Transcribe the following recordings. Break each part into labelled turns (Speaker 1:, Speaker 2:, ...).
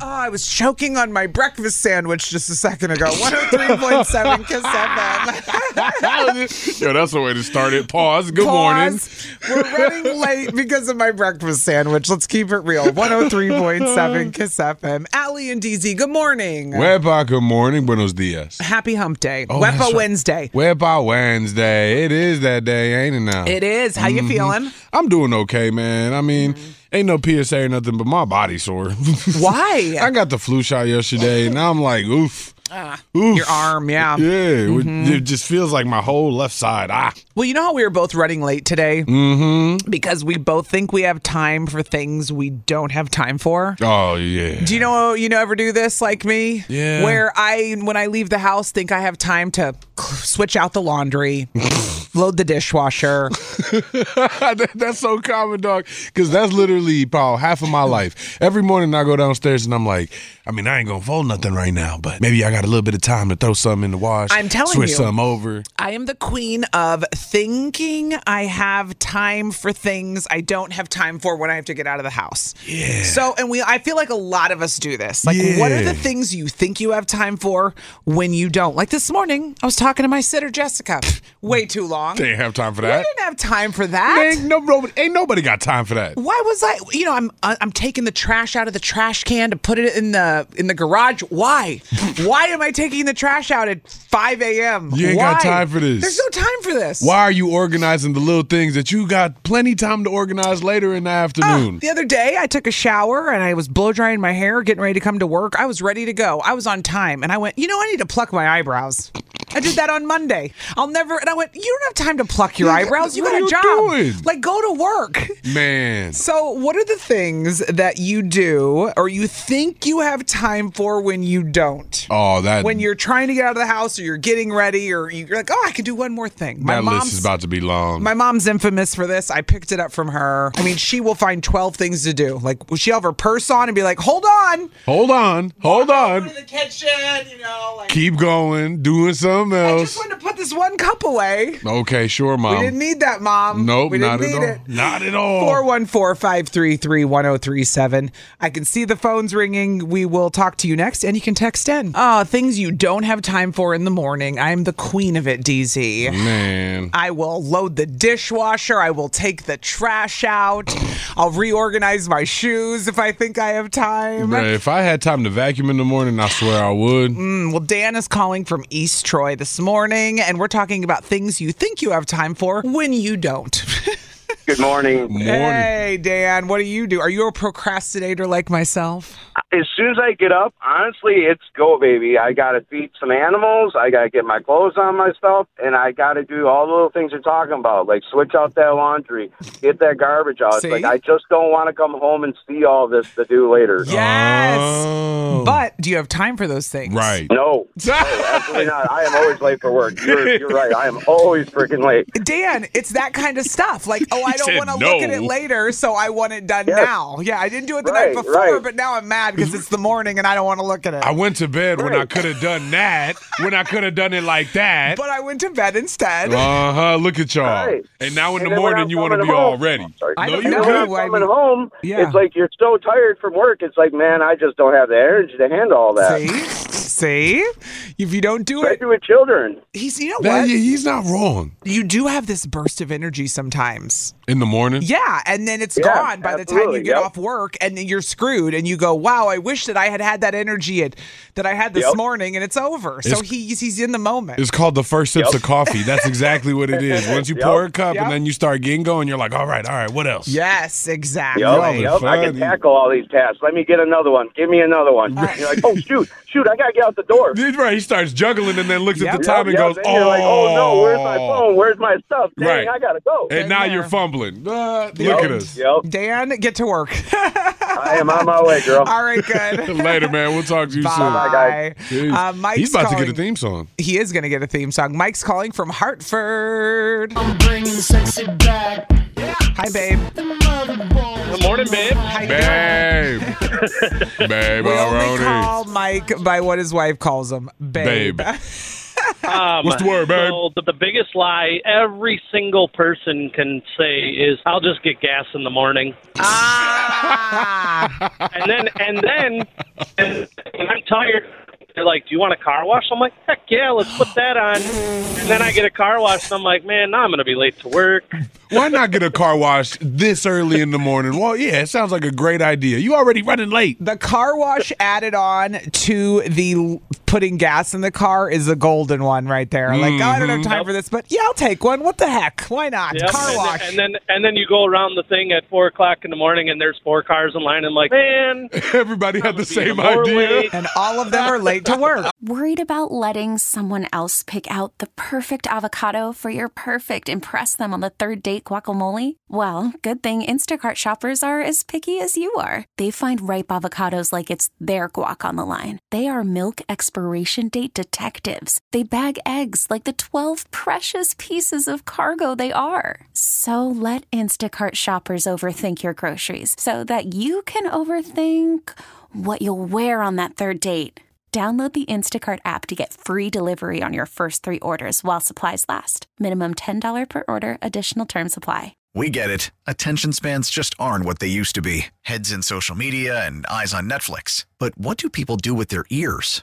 Speaker 1: Oh, I was choking on my breakfast sandwich just a second ago. 103.7 Kiss FM.
Speaker 2: Yo, that's the way to start it. Pause. Good
Speaker 1: Pause. morning. We're running late because of my breakfast sandwich. Let's keep it real. 103.7 Kiss FM. Allie and DZ, good morning.
Speaker 2: Wepa, good morning. Buenos dias.
Speaker 1: Happy hump day. Oh, Wepa Wednesday.
Speaker 2: Right. Wepa Wednesday. It is that day, ain't it now?
Speaker 1: It is. How mm-hmm. you feeling?
Speaker 2: I'm doing okay, man. I mean... Mm-hmm. Ain't no PSA or nothing, but my body's sore.
Speaker 1: Why?
Speaker 2: I got the flu shot yesterday, and I'm like, oof.
Speaker 1: Ah, Oof. Your arm, yeah.
Speaker 2: Yeah, mm-hmm. it just feels like my whole left side. Ah.
Speaker 1: Well, you know how we were both running late today?
Speaker 2: Mm-hmm.
Speaker 1: Because we both think we have time for things we don't have time for.
Speaker 2: Oh, yeah.
Speaker 1: Do you know you know ever do this like me?
Speaker 2: Yeah.
Speaker 1: Where I when I leave the house think I have time to switch out the laundry, load the dishwasher.
Speaker 2: that, that's so common, dog, cuz that's literally Paul half of my life. Every morning I go downstairs and I'm like, I mean, I ain't going to fold nothing right now, but maybe I got got a little bit of time to throw something in the wash.
Speaker 1: I'm telling
Speaker 2: switch
Speaker 1: you,
Speaker 2: switch something over.
Speaker 1: I am the queen of thinking I have time for things I don't have time for when I have to get out of the house.
Speaker 2: Yeah.
Speaker 1: So, and we, I feel like a lot of us do this. Like,
Speaker 2: yeah.
Speaker 1: what are the things you think you have time for when you don't? Like this morning, I was talking to my sitter Jessica. Way too long.
Speaker 2: They didn't have time for that.
Speaker 1: We didn't have time for that.
Speaker 2: Ain't, no, nobody, ain't nobody got time for that.
Speaker 1: Why was I? You know, I'm uh, I'm taking the trash out of the trash can to put it in the in the garage. Why? Why? why am I taking the trash out at 5 a.m.?
Speaker 2: You ain't
Speaker 1: why?
Speaker 2: got time for this.
Speaker 1: There's no time for this.
Speaker 2: Why are you organizing the little things that you got plenty time to organize later in the afternoon?
Speaker 1: Uh, the other day, I took a shower and I was blow drying my hair, getting ready to come to work. I was ready to go. I was on time, and I went, you know, I need to pluck my eyebrows. I did that on Monday. I'll never. And I went, you don't have time to pluck your eyebrows. You
Speaker 2: what
Speaker 1: got a
Speaker 2: you
Speaker 1: job.
Speaker 2: Doing?
Speaker 1: Like, go to work.
Speaker 2: Man.
Speaker 1: So, what are the things that you do or you think you have time for when you don't?
Speaker 2: Oh, that.
Speaker 1: When you're trying to get out of the house or you're getting ready or you're like, oh, I can do one more thing.
Speaker 2: My that list is about to be long.
Speaker 1: My mom's infamous for this. I picked it up from her. I mean, she will find 12 things to do. Like, she'll have her purse on and be like, hold on.
Speaker 2: Hold on. Hold on.
Speaker 1: the kitchen, you know. Like,
Speaker 2: Keep going, doing something. Else. I
Speaker 1: just wanted to put this one cup away.
Speaker 2: Okay, sure, mom.
Speaker 1: We didn't need that, mom.
Speaker 2: Nope,
Speaker 1: we
Speaker 2: not
Speaker 1: at
Speaker 2: all.
Speaker 1: It.
Speaker 2: Not at all.
Speaker 1: 414 533 1037. I can see the phones ringing. We will talk to you next, and you can text in. Uh, things you don't have time for in the morning. I'm the queen of it, DZ.
Speaker 2: Man.
Speaker 1: I will load the dishwasher. I will take the trash out. I'll reorganize my shoes if I think I have time.
Speaker 2: Right, if I had time to vacuum in the morning, I swear I would.
Speaker 1: Mm, well, Dan is calling from East Troy this morning, and we're talking about things you think you have time for when you don't.
Speaker 3: Good morning.
Speaker 2: morning.
Speaker 1: Hey, Dan, what do you do? Are you a procrastinator like myself?
Speaker 3: As soon as I get up, honestly, it's go, baby. I got to feed some animals. I got to get my clothes on myself, and I got to do all the little things you're talking about, like switch out that laundry, get that garbage out.
Speaker 1: See?
Speaker 3: Like, I just don't want to come home and see all this to do later.
Speaker 1: Yes.
Speaker 2: Oh.
Speaker 1: But do you have time for those things?
Speaker 2: Right.
Speaker 3: No. no, absolutely not. I am always late for work. You're, you're right. I am always freaking late.
Speaker 1: Dan, it's that kind of stuff. Like, oh, I I don't
Speaker 2: said
Speaker 1: want to
Speaker 2: no.
Speaker 1: look at it later, so I want it done
Speaker 3: Yes.
Speaker 1: now. Yeah, I didn't do it the
Speaker 3: Right,
Speaker 1: night before,
Speaker 3: right.
Speaker 1: but now I'm mad because it's the morning and I don't want to look at it.
Speaker 2: I went to bed when I
Speaker 3: Right.
Speaker 2: could have done that, when I could have done it like that.
Speaker 1: but I went to bed instead.
Speaker 2: Uh huh. Look at y'all.
Speaker 3: Right.
Speaker 2: And now in
Speaker 3: And
Speaker 2: the
Speaker 3: then when
Speaker 2: morning,
Speaker 3: I'm
Speaker 2: you want to
Speaker 3: coming
Speaker 2: be all
Speaker 3: home-
Speaker 2: ready.
Speaker 3: Sorry.
Speaker 1: I
Speaker 2: No,
Speaker 1: don't
Speaker 2: you
Speaker 1: know
Speaker 3: And then
Speaker 2: good.
Speaker 1: why
Speaker 3: when I'm coming
Speaker 1: we-
Speaker 3: home,
Speaker 1: Yeah.
Speaker 3: it's like you're so tired from work. It's like, man, I just don't have the energy to handle all that.
Speaker 1: See? See, if you don't do it,
Speaker 4: Especially with children.
Speaker 1: he's you know
Speaker 2: That-
Speaker 1: what?
Speaker 2: yeah, he's not wrong.
Speaker 1: You do have this burst of energy sometimes.
Speaker 2: In the morning,
Speaker 1: Yeah, and then it's
Speaker 4: Yeah,
Speaker 1: gone by the time you
Speaker 4: absolutely,
Speaker 1: get
Speaker 4: yep.
Speaker 1: off work, and then you're screwed. And you go, "Wow, I wish that I had had that energy at, that I had this
Speaker 4: Yep.
Speaker 1: morning," and it's over. so
Speaker 2: It's-
Speaker 1: he's he's in the moment.
Speaker 2: it's called the first sips of coffee. That's exactly what it is. Once you pour a cup
Speaker 1: Yep.
Speaker 2: and then you start getting going, you're like, all right, all right, what else?
Speaker 1: Yes, exactly.
Speaker 2: Yep.
Speaker 4: Yup, I can
Speaker 2: funny.
Speaker 4: tackle all these tasks. Let me get another one. Give me another one. You're like, oh shoot, shoot, I gotta get out the door.
Speaker 2: Dude, Right, he starts juggling and then looks
Speaker 1: Yep.
Speaker 2: at the
Speaker 4: Yup,
Speaker 2: time and goes,
Speaker 4: yup, then
Speaker 2: oh.
Speaker 4: you're like, oh no, where's my phone? Where's my stuff? Dang,
Speaker 2: Right.
Speaker 4: I gotta go.
Speaker 2: And now
Speaker 1: there.
Speaker 2: you're fumbling. Uh,
Speaker 1: Yep.
Speaker 2: look at us.
Speaker 4: Yep,
Speaker 1: Dan, get to work.
Speaker 4: I am on my way, girl.
Speaker 1: All right, good.
Speaker 2: Later, man. We'll talk to you
Speaker 1: Bye.
Speaker 2: soon.
Speaker 1: Uh, Mike's
Speaker 2: He's about to
Speaker 1: calling-
Speaker 2: get a theme song.
Speaker 1: He is going to get a theme song. Mike's calling from Hartford.
Speaker 5: I'm bringing sexy back.
Speaker 1: Hi, babe.
Speaker 5: Good morning, babe.
Speaker 1: How you doing?
Speaker 2: Babe. Babe,
Speaker 1: We only
Speaker 2: Aroni.
Speaker 1: call Mike by what his wife calls him, babe.
Speaker 2: Babe. What's the word, babe?
Speaker 6: Um, So the, the biggest lie every single person can say is, "I'll just get gas in the morning,"
Speaker 1: Ah.
Speaker 6: and then and then and, and I'm tired. They're like, "Do you want a car wash?" I'm like, "Heck yeah, let's put that on." And then I get a car wash, and I'm like, "Man, now I'm going to be late to work."
Speaker 2: Why not get a car wash this early in the morning? Well, yeah, it sounds like a great idea. You already running late.
Speaker 1: the car wash added on to the l- putting gas in the car is the golden one right there. Like, oh, I don't have time for this, but yeah, I'll take one. What the heck? Why not?
Speaker 6: Mm-hmm. Yep.
Speaker 1: Car
Speaker 6: and,
Speaker 1: wash.
Speaker 6: Then, and then and then you go around the thing at four o'clock in the morning, and there's four cars in line. I'm like, "Man,
Speaker 2: Everybody had the same
Speaker 6: more
Speaker 2: idea.
Speaker 6: late."
Speaker 1: and all of them are late to work.
Speaker 7: Worried about letting someone else pick out the perfect avocado for your perfect impress them on the third date guacamole? Well, good thing Instacart shoppers are as picky as you are. They find ripe avocados like it's their guac on the line. They are milk expiration date detectives. They bag eggs like the 12 precious pieces of cargo they are. So let Instacart shoppers overthink your groceries so that you can overthink what you'll wear on that third date. Download the Instacart app to get free delivery on your first three orders while supplies last. Minimum $10 per order, additional term supply.
Speaker 8: We get it. Attention spans just aren't what they used to be heads in social media and eyes on Netflix. But what do people do with their ears?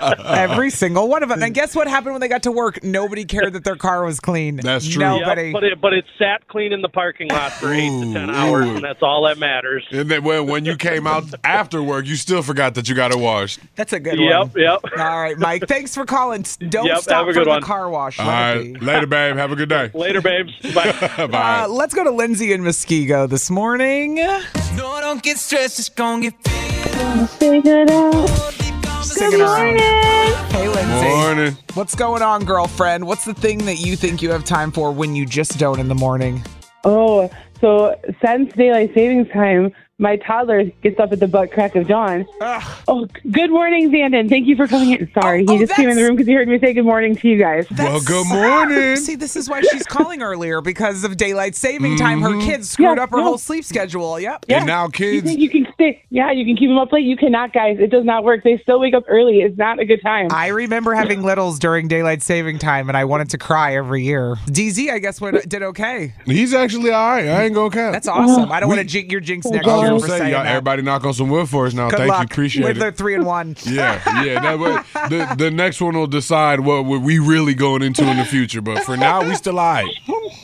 Speaker 2: Uh.
Speaker 1: Every single one of them. And guess what happened when they got to work? Nobody cared that their car was clean.
Speaker 2: That's true.
Speaker 6: Yep,
Speaker 1: Nobody.
Speaker 6: but it but it sat clean in the parking lot for eight to ten
Speaker 2: Ooh,
Speaker 6: hours,
Speaker 2: ooh.
Speaker 6: and that's all that matters.
Speaker 2: And then when, when you came out after work, you still forgot that you got it washed.
Speaker 1: That's a good one.
Speaker 6: Yep, yep.
Speaker 1: All right, Mike. Thanks for calling. S- Don't
Speaker 6: Yep,
Speaker 1: stop
Speaker 6: have a
Speaker 1: for
Speaker 6: good
Speaker 1: the
Speaker 6: one.
Speaker 1: car wash.
Speaker 2: All
Speaker 1: Let
Speaker 2: right.
Speaker 1: it be.
Speaker 2: Later, babe. Have a good day.
Speaker 6: Later, babes. Bye.
Speaker 2: Bye.
Speaker 1: Uh, let's go to Lindsay in Muskego this morning.
Speaker 9: No, don't get stressed. It's gonna get
Speaker 1: Good morning. Hey, Lindsay.
Speaker 2: Morning.
Speaker 1: What's going on, girlfriend? What's the thing that you think you have time for when you just don't in the morning?
Speaker 10: Oh, so since daylight savings time, my toddler gets up at the butt crack of dawn. Oh, good morning, Zandon. Thank you for coming in. Sorry,
Speaker 1: Oh, oh,
Speaker 10: he just came in the
Speaker 1: that's-
Speaker 10: room because he heard me say good morning to you guys.
Speaker 2: Well,
Speaker 1: That's-
Speaker 2: good morning.
Speaker 1: See, this is why she's calling earlier because of daylight saving time. Her kids screwed
Speaker 10: Yeah,
Speaker 1: up her
Speaker 10: no.
Speaker 1: whole sleep schedule. Yep.
Speaker 2: Mm-hmm. And now,
Speaker 10: You
Speaker 2: kids,
Speaker 10: think you can stay? Yeah, you can keep them up late. You cannot, guys. It does not work. They still wake up early. It's not a good time.
Speaker 1: I remember having littles during daylight saving time, and I wanted to cry every year. DZ, I guess, went, did okay.
Speaker 2: he's actually all right. I ain't gonna count.
Speaker 1: That's awesome. I don't want to jink your jinx next
Speaker 2: I was
Speaker 1: year
Speaker 2: Oh, gonna
Speaker 1: for
Speaker 2: say,
Speaker 1: saying
Speaker 2: y'all,
Speaker 1: that.
Speaker 2: everybody knock on some wood for us now.
Speaker 1: Good
Speaker 2: Thank
Speaker 1: luck.
Speaker 2: you, appreciate
Speaker 1: With
Speaker 2: it.
Speaker 1: their three and one.
Speaker 2: yeah, yeah. That way, the the next one will decide what we're we really going into in the future. But for now, we still all right.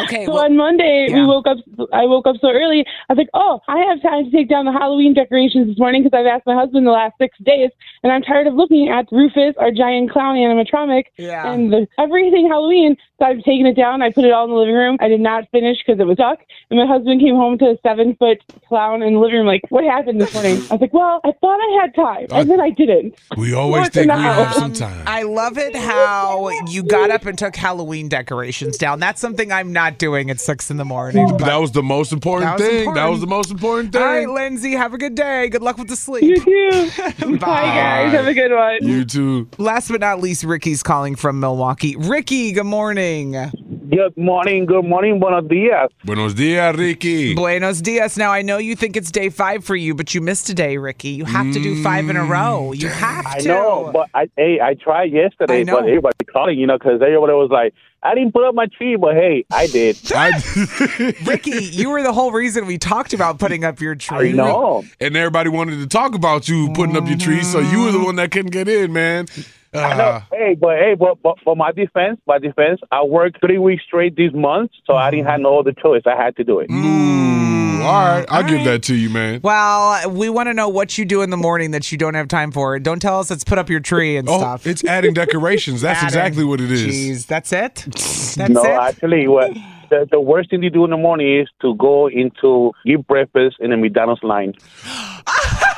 Speaker 1: Okay.
Speaker 10: so
Speaker 1: Well,
Speaker 10: on Monday,
Speaker 1: yeah.
Speaker 10: we woke up. I woke up so early. I was like, "Oh, I have time to take down the Halloween decorations this morning because I've asked my husband the last six days, and I'm tired of looking at Rufus, our giant clown animatronic,
Speaker 1: Yeah.
Speaker 10: and the, everything Halloween. So I've taken it down. I put it all in the living room. I did not finish because it was dark, and my husband came home to a seven foot clown in the living room. Like, what happened this morning? I was like, "Well, I thought I had time, and then I didn't."
Speaker 2: We always
Speaker 10: What's
Speaker 2: think we
Speaker 10: now?
Speaker 2: have some time.
Speaker 1: I love it how you got up and took Halloween decorations down. That's something I'm not doing at six in the morning. but-
Speaker 2: that was the most important
Speaker 1: That was
Speaker 2: thing. That
Speaker 1: important.
Speaker 2: was the most important
Speaker 1: All
Speaker 2: thing.
Speaker 1: right, Lindsay, have a good day. Good luck with the
Speaker 10: You
Speaker 1: sleep.
Speaker 10: too. Bye,
Speaker 2: Bye.
Speaker 10: guys. Have a good one.
Speaker 2: you too.
Speaker 1: Last but not least, Ricky's calling from Milwaukee. Ricky, good morning.
Speaker 11: Good morning, good morning, buenos dias.
Speaker 2: Buenos dias, Ricky.
Speaker 1: Buenos dias. Now I know you think it's day five for you, but you missed a day, Ricky. You have to do five in a row. You have
Speaker 11: I
Speaker 1: to.
Speaker 11: know, but I hey, I tried yesterday,
Speaker 1: I know.
Speaker 11: but everybody calling, you know, because everybody was like, I didn't put up my tree, but hey, I did.
Speaker 1: Ricky, you were the whole reason we talked about putting up your tree.
Speaker 2: And everybody wanted to talk about you putting up your tree, so you were the one that couldn't get in, man.
Speaker 11: I
Speaker 1: uh,
Speaker 11: know. Hey, but hey, but, but for my defense, my defense, I worked three weeks straight this month, so I didn't have
Speaker 1: Mm.
Speaker 11: no other choice. I had to do it.
Speaker 2: all right, I'll give that to you, man.
Speaker 1: Well, we want to know what you do in the morning that you don't have time for. Don't tell us it's put up your tree and
Speaker 2: Oh,
Speaker 1: stuff.
Speaker 2: it's adding decorations. That's
Speaker 1: Adding.
Speaker 2: exactly what it
Speaker 1: Jeez,
Speaker 2: is.
Speaker 1: that's it. That's
Speaker 11: no,
Speaker 1: it.
Speaker 11: actually, what the, the worst thing to do in the morning is to go into give breakfast in the McDonald's line.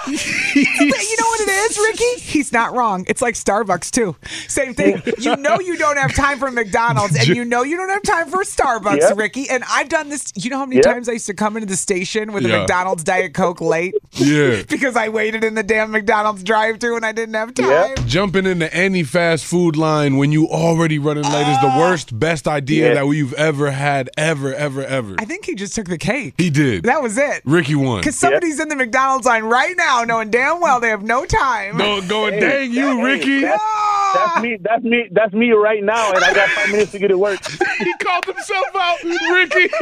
Speaker 1: you know what it is, Ricky? He's not wrong. It's like Starbucks too. Same thing. You know you don't have time for McDonald's, and you know you don't have time for Starbucks,
Speaker 2: Yep.
Speaker 1: Ricky. And I've done this. You know how many
Speaker 2: Yep.
Speaker 1: times I used to come into the station with a
Speaker 2: Yeah.
Speaker 1: McDonald's Diet Coke late
Speaker 2: Yeah.
Speaker 1: because I waited in the damn McDonald's drive-thru and I didn't have time.
Speaker 2: Jumping into any fast food line when you already running late is the
Speaker 1: Ah.
Speaker 2: worst, best idea
Speaker 1: Yeah.
Speaker 2: that we've ever had, ever, ever, ever.
Speaker 1: I think he just took the cake.
Speaker 2: He did.
Speaker 1: That was it.
Speaker 2: Ricky won.
Speaker 1: Because somebody's in the McDonald's line right now, knowing damn well they have no time.
Speaker 2: No, going, dang you, Ricky.
Speaker 11: That's me. That's me. That's me right now, and I got five minutes to get to work.
Speaker 2: he called himself out, Ricky.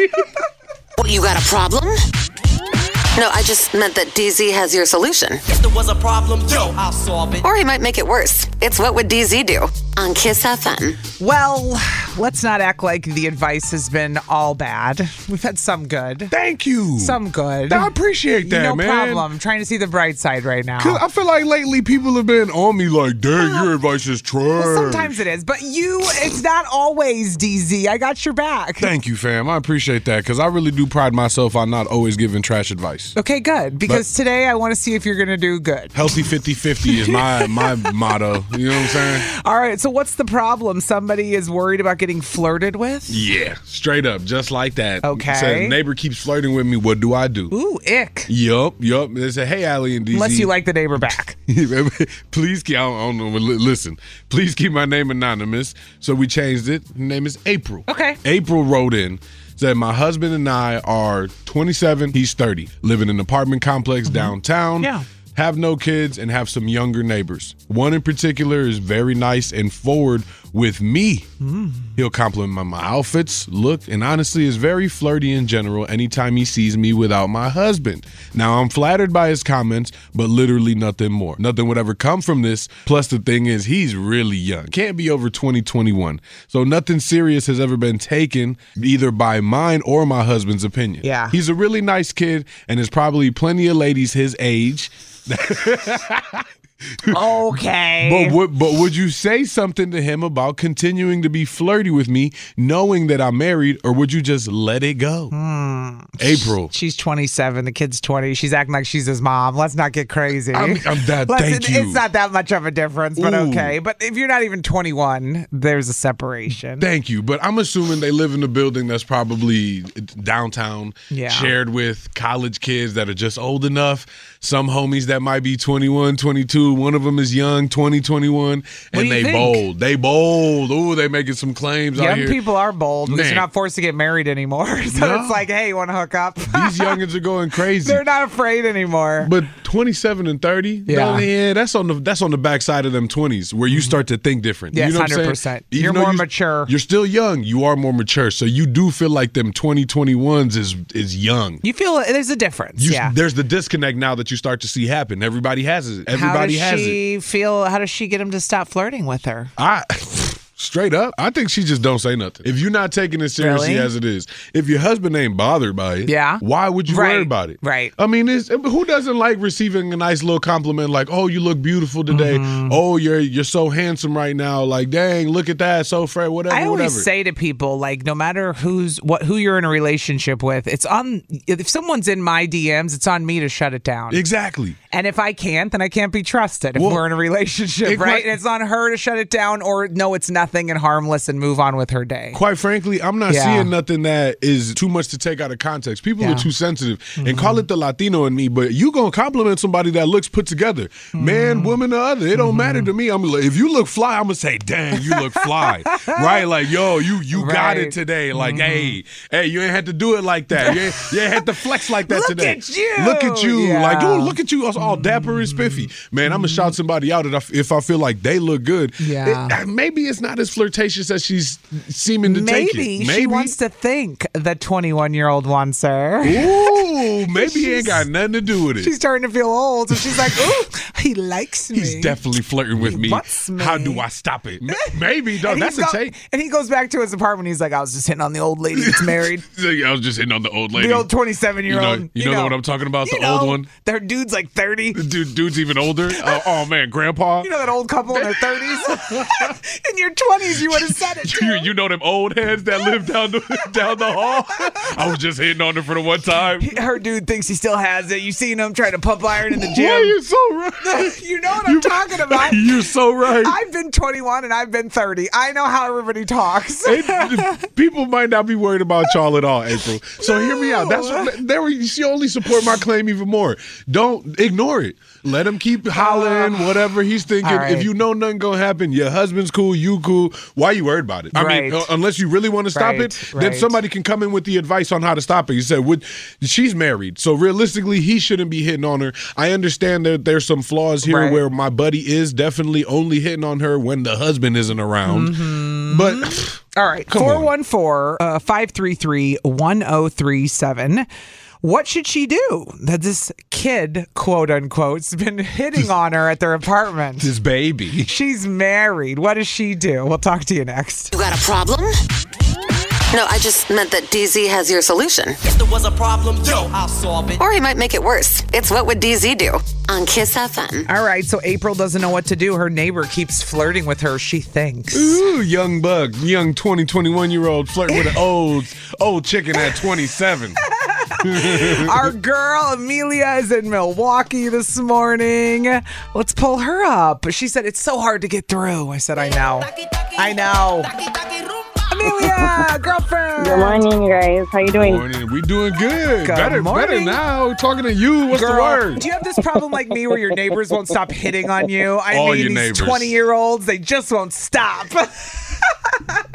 Speaker 12: What, you got a problem? No, I just meant that DZ has your solution.
Speaker 9: If there was a problem, yo, I'll solve it.
Speaker 12: Or he might make it worse. It's What Would DZ Do on Kiss FM.
Speaker 1: Well, let's not act like the advice has been all bad. We've had some good.
Speaker 2: Thank you.
Speaker 1: Some good.
Speaker 2: I appreciate that,
Speaker 1: no
Speaker 2: man.
Speaker 1: problem. I'm trying to see the bright side right now.
Speaker 2: 'Cause I feel like lately people have been on me like,
Speaker 9: Uh-huh.
Speaker 2: dang, your advice is trash.
Speaker 1: Well, sometimes it is, but you, it's not always DZ. I got your back.
Speaker 2: Thank you, fam. I appreciate that because I really do pride myself on not always giving trash advice.
Speaker 1: Okay, good. Because today I want to see if you're going to do good.
Speaker 2: Healthy 50 50 is my, my motto. You know what I'm saying?
Speaker 1: All right, so what's the problem? Somebody is worried about getting flirted with?
Speaker 2: Yeah, straight up, just like that.
Speaker 1: Okay.
Speaker 2: Said, neighbor keeps flirting with me. What do I do?
Speaker 1: Ooh, ick.
Speaker 2: Yup, yup. They say, hey, Allie and DC.
Speaker 1: Unless you like the neighbor back.
Speaker 2: please keep. I don't, I don't know. but li- Listen, please keep my name anonymous. So we changed it. Her name is April.
Speaker 1: Okay.
Speaker 2: April wrote in said my husband and I are 27. He's 30. Live in an apartment complex
Speaker 1: Mm-hmm.
Speaker 2: downtown. Yeah. Have no kids and have some younger neighbors. One in particular is very nice and forward with me. He'll compliment my, my outfits, look, and honestly is very flirty in general anytime he sees me without my husband. Now, I'm flattered by his comments, but literally nothing more. Nothing would ever come from this. Plus, the thing is, he's really young. Can't be over 2021. so nothing serious has ever been taken either by mine or my husband's opinion. Yeah. He's a really nice kid, and there's probably plenty of ladies his age
Speaker 1: okay.
Speaker 2: But would but would you say something to him about continuing to be flirty with me, knowing that I'm married, or would you just let it go?
Speaker 1: Hmm.
Speaker 2: April.
Speaker 1: She's 27. The kid's 20. She's acting like she's his mom. Let's not get crazy.
Speaker 2: I'm- I'm that-
Speaker 1: Let's-
Speaker 2: thank you.
Speaker 1: It's not that much of a difference, but
Speaker 2: Ooh.
Speaker 1: okay. But if you're not even 21, there's a separation.
Speaker 2: Thank you, but I'm assuming they live in a building that's probably downtown,
Speaker 1: Yeah.
Speaker 2: shared with college kids that are just old enough. Some homies that might be 21, 22. One of them is young, 20, 21,
Speaker 1: What do
Speaker 2: and
Speaker 1: you
Speaker 2: they
Speaker 1: think?
Speaker 2: bold. They bold. Ooh, they making some claims out
Speaker 1: Young
Speaker 2: here.
Speaker 1: people are bold because
Speaker 2: Man.
Speaker 1: you're not forced to get married anymore. So
Speaker 2: No.
Speaker 1: it's like, hey, you want to hook up?
Speaker 2: These youngins are going crazy.
Speaker 1: They're not afraid anymore.
Speaker 2: But 27 and 30,
Speaker 1: Yeah. Mm-hmm.
Speaker 2: yeah, that's on the that's on the backside of them 20s where you start to think different.
Speaker 1: Yes,
Speaker 2: you know what I'm saying?
Speaker 1: 100%.
Speaker 2: Even
Speaker 1: You're
Speaker 2: though
Speaker 1: more mature.
Speaker 2: You're still young. You are more mature, so you do feel like them 2021s is is young.
Speaker 1: You feel there's a difference.
Speaker 2: You-
Speaker 1: yeah.
Speaker 2: There's the disconnect now that you start to see happen. Everybody has it. Everybody
Speaker 1: how
Speaker 2: has
Speaker 1: does
Speaker 2: it.
Speaker 1: she feel? How does she get him to stop flirting with her?
Speaker 2: I straight up, I think she just don't say nothing. If you're not taking it seriously
Speaker 1: Really?
Speaker 2: as it is, if your husband ain't bothered by it,
Speaker 1: Yeah.
Speaker 2: why would you worry
Speaker 1: Right.
Speaker 2: about it?
Speaker 1: Right.
Speaker 2: I mean, it's, who doesn't like receiving a nice little compliment like, "Oh, you look beautiful today.
Speaker 1: Mm-hmm.
Speaker 2: Oh, you're you're so handsome right now. Like, dang, look at that, so fresh, whatever,
Speaker 1: I always
Speaker 2: whatever."
Speaker 1: say to people, like, no matter who's what, who you're in a relationship with, it's on. If someone's in my DMs, it's on me to shut it down.
Speaker 2: exactly.
Speaker 1: And if I can't, then I can't be trusted. If
Speaker 2: Well,
Speaker 1: we're in a relationship,
Speaker 2: it
Speaker 1: right?
Speaker 2: might-
Speaker 1: and it's on her to shut it down, or no, it's nothing and harmless and move on with her day.
Speaker 2: Quite frankly, I'm not
Speaker 1: Yeah.
Speaker 2: seeing nothing that is too much to take out of context. People
Speaker 1: Yeah. Mm-hmm.
Speaker 2: are too sensitive. And call it the Latino in me, but you gonna compliment somebody that looks put together. Man,
Speaker 1: Mm-hmm.
Speaker 2: woman, or other. It don't matter to me. I'm like, if you look fly, I'm gonna say, dang, you look fly. right? Like, yo, you you got
Speaker 1: Right. Mm-hmm.
Speaker 2: it today. Like, hey, hey, you ain't had to do it like that. You ain't, you ain't had to flex like that
Speaker 1: Look
Speaker 2: today.
Speaker 1: at you.
Speaker 2: Look at you. Like,
Speaker 1: Yeah.
Speaker 2: dude, look at you. All, all dapper and spiffy. Man, I'm gonna shout somebody out if I- if I feel like they look good.
Speaker 1: Mm-hmm. Yeah.
Speaker 2: It- maybe it's not as flirtatious as she's seeming to
Speaker 1: Maybe,
Speaker 2: take it.
Speaker 1: she wants to think that 21 year old wants her.
Speaker 2: Ooh, maybe it ain't got nothing to do with it.
Speaker 1: She's starting to feel old, so she's like, "Ooh, he likes me."
Speaker 2: He's definitely flirting with me. How do I stop it? M- Maybe, though.
Speaker 1: And
Speaker 2: That's
Speaker 1: he's
Speaker 2: a
Speaker 1: go-
Speaker 2: take.
Speaker 1: And he goes back to his apartment. He's like, "I was just hitting on the old lady that's married,
Speaker 2: I was just hitting on the old lady.
Speaker 1: the old twenty-seven
Speaker 2: You
Speaker 1: year
Speaker 2: know,
Speaker 1: old."
Speaker 2: you, know, what I'm talking about? The
Speaker 1: you know,
Speaker 2: old one.
Speaker 1: Their dude's like thirty.
Speaker 2: Dude, dude's even older. Oh, oh man, grandpa.
Speaker 1: You know that old couple in their thirties. in your twenties, you would have said it.
Speaker 2: You, you know them old heads that live down the down the hall. I was just hitting on her for the one time.
Speaker 1: He- Her dude thinks he still has it. You seen him trying to pump iron in the
Speaker 2: Why
Speaker 1: gym?
Speaker 2: you so right?
Speaker 1: you know what I'm talking about.
Speaker 2: You're so right.
Speaker 1: I've been 21 and I've been 30. I know how everybody talks.
Speaker 2: It- people might not be worried about y'all at all, April. So hear me out. That's what, there. we- She only support my claim even more. Don't ignore it. Let him keep hollering
Speaker 1: Uh,
Speaker 2: whatever he's thinking.
Speaker 1: all right.
Speaker 2: If you know nothing gonna happen, your husband's cool, you cool. Why you worried about it? I
Speaker 1: Right.
Speaker 2: mean, uh, unless you really want to stop
Speaker 1: Right,
Speaker 2: it, then
Speaker 1: right.
Speaker 2: somebody can come in with the advice on how to stop it. You said, "Would she's married? So realistically, he shouldn't be hitting on her." I understand that there's some flaws here
Speaker 1: Right.
Speaker 2: where my buddy is definitely only hitting on her when the husband isn't around, but.
Speaker 1: Mm-hmm. All right. 414 uh, 533 1037. What should she do that this kid, quote unquote, has been hitting on her at their apartment?
Speaker 2: This baby.
Speaker 1: She's married. What does she do? We'll talk to you next.
Speaker 12: You got a problem? No, I just meant that DZ has your solution.
Speaker 9: If there was a problem, yo, I'll solve it.
Speaker 12: Or he might make it worse. It's What Would DZ Do on Kiss FM.
Speaker 1: All right, so April doesn't know what to do. Her neighbor keeps flirting with her, she thinks.
Speaker 2: Ooh, young bug, young 20, 21 year old flirting with an old, old chicken at 27.
Speaker 1: Our girl Amelia is in Milwaukee this morning. Let's pull her up. She said it's so hard to get through. I said, I know. I know. Amelia, girlfriend.
Speaker 13: Good morning, you guys. How you doing?
Speaker 2: Morning. We doing
Speaker 1: Good
Speaker 2: good. better, better
Speaker 1: morning.
Speaker 2: now. Talking to you. What's
Speaker 1: Girl,
Speaker 2: the word?
Speaker 1: Do you have this problem like me where your neighbors won't stop hitting on you? I
Speaker 2: All
Speaker 1: mean,
Speaker 2: your
Speaker 1: these
Speaker 2: neighbors.
Speaker 1: 20 year olds, they just won't stop.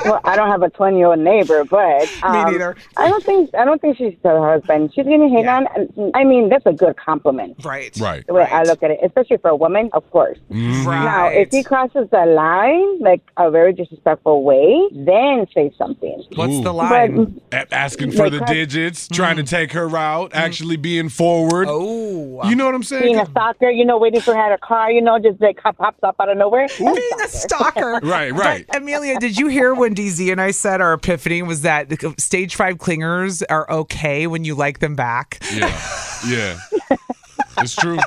Speaker 13: Well, I don't have a twenty-year-old neighbor, but um,
Speaker 1: neither.
Speaker 13: I don't think I don't think she's her husband. She's getting hit on. and- I mean, that's a good compliment.
Speaker 1: Right.
Speaker 2: Right.
Speaker 13: The way I look at it, especially for a woman, of course.
Speaker 2: Mm-hmm.
Speaker 13: Now, if he crosses the line, like a very disrespectful way, then say something.
Speaker 2: Ooh. A- asking for
Speaker 13: Like
Speaker 1: uh,
Speaker 2: the
Speaker 13: her-
Speaker 2: digits, trying to take her out, actually being forward.
Speaker 1: mm. Oh.
Speaker 2: You know what I'm
Speaker 13: But being
Speaker 2: saying?
Speaker 13: a stalker, you know, waiting for her at a car, you know, just like hop, pops up out of nowhere.
Speaker 1: Being a stalker.
Speaker 2: Right, right.
Speaker 1: But, Amelia, did you hear when DZ and I said our epiphany was that stage five clingers are okay when you like them back?
Speaker 2: Yeah. Yeah. It's true.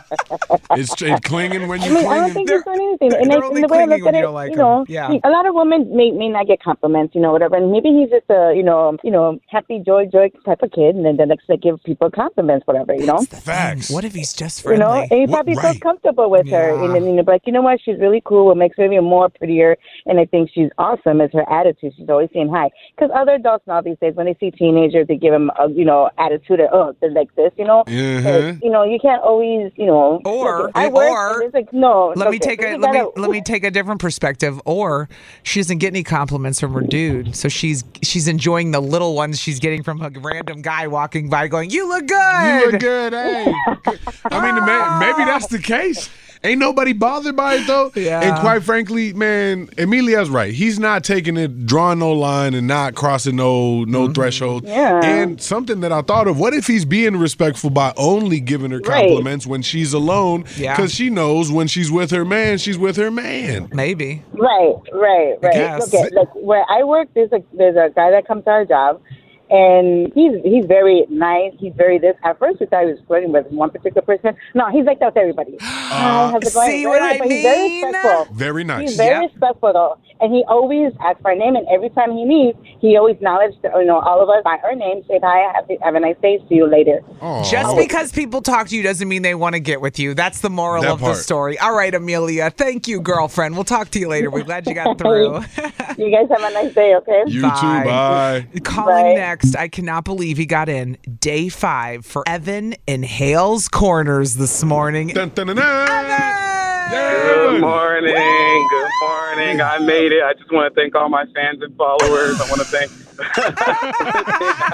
Speaker 2: It's tr- it clinging when
Speaker 13: I
Speaker 2: you
Speaker 13: mean, I don't
Speaker 2: clinging.
Speaker 13: think he's done anything. And
Speaker 1: they're
Speaker 13: I,
Speaker 1: only
Speaker 13: and the way I
Speaker 1: clinging
Speaker 13: look
Speaker 1: when
Speaker 13: at
Speaker 1: you
Speaker 13: it,
Speaker 1: don't like
Speaker 13: you know,
Speaker 1: them. Yeah.
Speaker 13: a lot of women may, may not get compliments, you know, whatever. And maybe he's just a, you know, um, you know, happy, joy, joy type of kid. And then the next they give people compliments, whatever, you know.
Speaker 2: Facts.
Speaker 1: What if he's just
Speaker 13: You
Speaker 1: friendly?
Speaker 13: know, and he probably felt comfortable with her. And then, you know, like, you know what? She's really cool. What makes her even more prettier, and I think she's awesome, is her attitude. She's always saying hi. Because other adults now these days, when they see teenagers, they give them, a, you know, attitude of, oh, they're like this, you know?
Speaker 1: Mhm.
Speaker 13: You know, you can't always, you know.
Speaker 1: Or-
Speaker 13: I work,
Speaker 1: or-
Speaker 13: and it's like, no. Oh, it's
Speaker 1: Let me
Speaker 13: okay.
Speaker 1: take a
Speaker 13: You
Speaker 1: let me
Speaker 13: gotta-
Speaker 1: let me take a different perspective. Or she doesn't get any compliments from her dude, so she's she's enjoying the little ones she's getting from a random guy walking by, going, "You look good."
Speaker 2: You look good, hey. I mean, ma- maybe that's the case. Ain't nobody bothered by it though.
Speaker 1: Yeah.
Speaker 2: And quite frankly, man, Emilia's right. He's not taking it, drawing no line, and not crossing no no
Speaker 1: Mm-hmm.
Speaker 2: threshold.
Speaker 13: Yeah.
Speaker 2: And something that I thought of: what if he's being respectful by only giving her
Speaker 13: Right.
Speaker 2: compliments when she's alone?
Speaker 1: Yeah.
Speaker 2: Because she knows when she's with her man, she's with her man.
Speaker 1: Maybe.
Speaker 13: Right, right, right.
Speaker 1: guess.
Speaker 13: Okay, like where I work, there's a there's a guy that comes to our job, and he's he's very nice. He's very this. At first, we thought he was flirting with one particular person. No, he's like that with everybody. Hi, how's it going?
Speaker 1: see
Speaker 13: Very
Speaker 1: what
Speaker 13: nice,
Speaker 1: I
Speaker 13: but He's very
Speaker 1: mean?
Speaker 13: respectful.
Speaker 2: Very nice.
Speaker 13: He's very
Speaker 2: Yep.
Speaker 13: respectful though, and he always asks for a name. And every time he meets, he always acknowledges you know all of us by our name, say hi, have, have a nice day, see you later.
Speaker 2: Oh.
Speaker 1: Just because people talk to you doesn't mean they want to get with you. That's the moral
Speaker 2: That
Speaker 1: of
Speaker 2: part.
Speaker 1: the story. All right, Amelia. Thank you, girlfriend. We'll talk to you later. We're glad you got through.
Speaker 13: you guys have a nice day, okay?
Speaker 2: You too. Bye.
Speaker 1: Calling next. I cannot believe he got in day five for Evan in Hales Corners this morning.
Speaker 4: Good morning. Good morning. I made it. I just want to thank all my fans and followers. I want to thank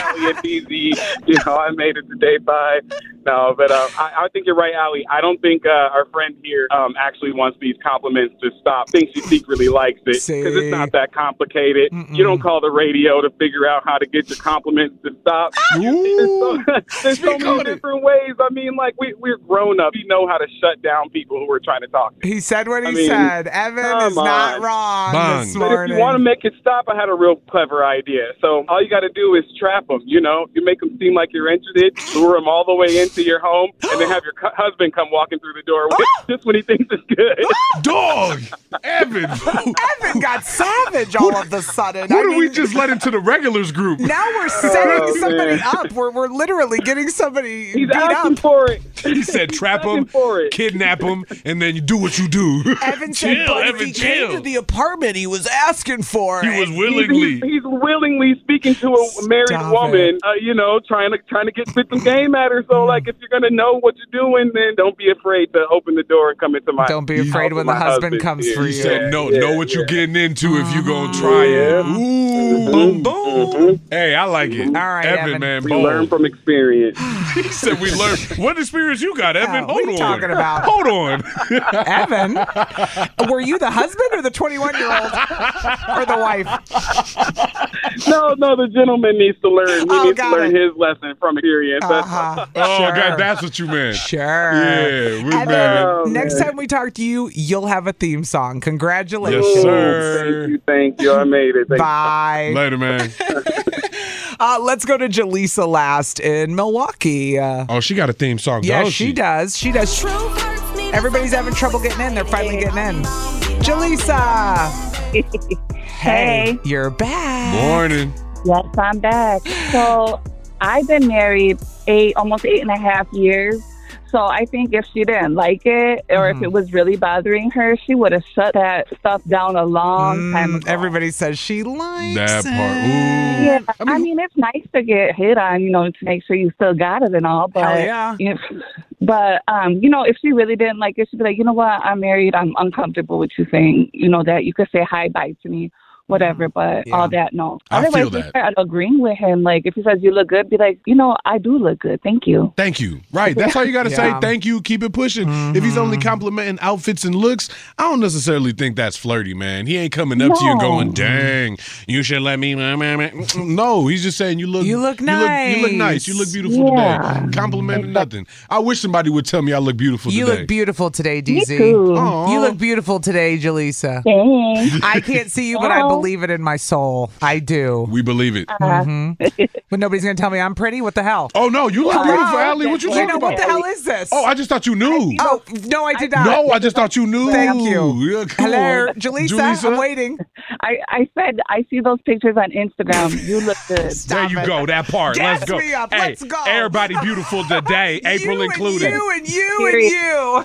Speaker 4: Allie and DZ. You know, I made it to day five. No, but uh, I, I think you're right, Allie. I don't think uh, our friend here um, actually wants these compliments to stop. Thinks she secretly likes it because it's not that complicated. You don't call the radio to figure out how to get your compliments to stop. You see, there's so, there's so many different ways. I mean, like we we're grown up. We know how to shut down people who are trying to talk.
Speaker 1: He said what he
Speaker 4: I mean,
Speaker 1: said. Evan is
Speaker 4: come
Speaker 1: not
Speaker 4: on.
Speaker 1: wrong this
Speaker 4: But if
Speaker 1: morning.
Speaker 4: you want to make it stop, I had a real clever idea. So all you got to do is trap them. You know, you make them seem like you're interested, lure them all the way into your home, and then have your cu- husband come walking through the door just when he thinks it's good.
Speaker 2: Dog, Evan.
Speaker 1: Evan got savage all of a sudden.
Speaker 2: What did we just let into the regulars group?
Speaker 1: Now we're setting
Speaker 2: Oh,
Speaker 1: somebody
Speaker 2: man.
Speaker 1: up. We're, we're literally getting somebody
Speaker 2: He's
Speaker 1: beat
Speaker 2: asking
Speaker 1: up.
Speaker 4: for it.
Speaker 2: He said trap him, kidnap him, and then you do what you do.
Speaker 1: Evan said, but if he came to the apartment, he was asking for it.
Speaker 2: He was willingly.
Speaker 4: He's, he's willingly speaking to a married woman, uh, you know, trying to trying to get fit some game at her.
Speaker 1: Mm.
Speaker 4: So, like, if you're gonna know what you're doing, then don't be afraid to open the door and come into my.
Speaker 1: Don't be
Speaker 4: house
Speaker 1: afraid
Speaker 4: with
Speaker 1: when the
Speaker 4: my
Speaker 1: husband comes
Speaker 4: Yeah,
Speaker 1: for
Speaker 2: He
Speaker 1: you. Uh-huh.
Speaker 2: said, no, know what you're getting into if you gonna try it. Ooh, boom, boom. Hey, I like it. All
Speaker 1: right,
Speaker 2: Evan,
Speaker 1: Evan.
Speaker 2: man,
Speaker 4: We
Speaker 2: bold.
Speaker 4: learn from experience.
Speaker 2: he said we learned. What experience you got, Evan? Hold
Speaker 1: what are you
Speaker 2: on.
Speaker 1: talking about?
Speaker 2: Hold on.
Speaker 1: Evan, were you the husband or the 21 year old or the wife?
Speaker 4: no, no, the gentleman needs to learn. He
Speaker 1: Oh,
Speaker 4: needs to
Speaker 1: got
Speaker 4: learn his lesson from experience.
Speaker 1: Uh-huh.
Speaker 2: Oh,
Speaker 1: Sure.
Speaker 2: God, that's what you meant.
Speaker 1: Sure.
Speaker 2: Yeah, we
Speaker 1: Evan,
Speaker 2: mad.
Speaker 1: next time we talk to you, you'll have a theme song. Congratulations.
Speaker 2: Yes, sir.
Speaker 4: Thank you, thank you. I made it. Thank
Speaker 1: Bye.
Speaker 2: Later, man.
Speaker 1: Uh, let's go to Jaleesa last in Milwaukee. Uh,
Speaker 2: Oh, she got a theme song.
Speaker 1: yeah,
Speaker 2: does
Speaker 1: she, does. She does. Everybody's having trouble getting in. They're finally getting in. Jaleesa.
Speaker 14: Hey.
Speaker 1: You're back.
Speaker 2: Morning.
Speaker 14: Yes, I'm back. So I've been married eight, almost eight and a half years. So I think if she didn't like it or
Speaker 1: Mm-hmm.
Speaker 14: if it was really bothering her, she would have shut that stuff down a long time ago.
Speaker 1: Mm, Everybody says she likes
Speaker 2: That part.
Speaker 14: Yeah, I mean, it's nice to get hit on, you know, to make sure you still got it and all. But
Speaker 1: Hell yeah.
Speaker 14: if- but um, you know, if she really didn't like it, she'd be like, you know what, I'm married, I'm uncomfortable with you saying, you know, that you could say hi, bye to me, whatever. But all that, no.
Speaker 2: Mm-hmm. I feel
Speaker 14: Otherwise,
Speaker 2: that.
Speaker 14: you start agreeing with him. Like if he says you look good, be like, you know, I do look good, thank you.
Speaker 2: Thank you. Right. That's all you got to
Speaker 14: Yeah.
Speaker 2: say. Thank you. Keep it pushing. If he's only
Speaker 1: Mm-hmm.
Speaker 2: complimenting outfits and looks, I don't necessarily think that's flirty, man. He ain't coming up to you and
Speaker 14: No.
Speaker 2: going, dang, you should let me. meh, meh, meh." No, he's just saying, you look You look You look, nice. You look
Speaker 1: nice."
Speaker 2: beautiful
Speaker 1: Yeah.
Speaker 2: today. Complimenting nothing. I wish somebody would tell me I look beautiful
Speaker 1: You
Speaker 2: today.
Speaker 1: look beautiful today, DZ.
Speaker 2: too.
Speaker 1: You look beautiful today, Jaleesa.
Speaker 14: Thanks.
Speaker 1: I can't see you, but I
Speaker 14: Oh.
Speaker 1: believe it in my soul. I do.
Speaker 2: We believe it.
Speaker 1: Mhm. but nobody's gonna tell me I'm pretty. What the hell?
Speaker 2: Oh no, you look
Speaker 1: Come
Speaker 2: beautiful,
Speaker 1: on.
Speaker 2: Allie. What you talking
Speaker 1: know,
Speaker 2: about?
Speaker 1: What the hell is this?
Speaker 2: Oh, I just thought you knew.
Speaker 1: Oh no, I did not.
Speaker 2: No, I just thought you knew.
Speaker 1: Thank you.
Speaker 2: Yeah, come
Speaker 1: Hello,
Speaker 2: on.
Speaker 1: Jaleesa,
Speaker 2: Jaleesa?
Speaker 1: I'm waiting.
Speaker 14: I I said I see those pictures on Instagram. You look good.
Speaker 2: there you go. That part.
Speaker 14: Gas
Speaker 2: Let's go.
Speaker 14: me up.
Speaker 2: Hey,
Speaker 14: Let's go.
Speaker 2: Everybody beautiful today, April included.
Speaker 1: You and you and you.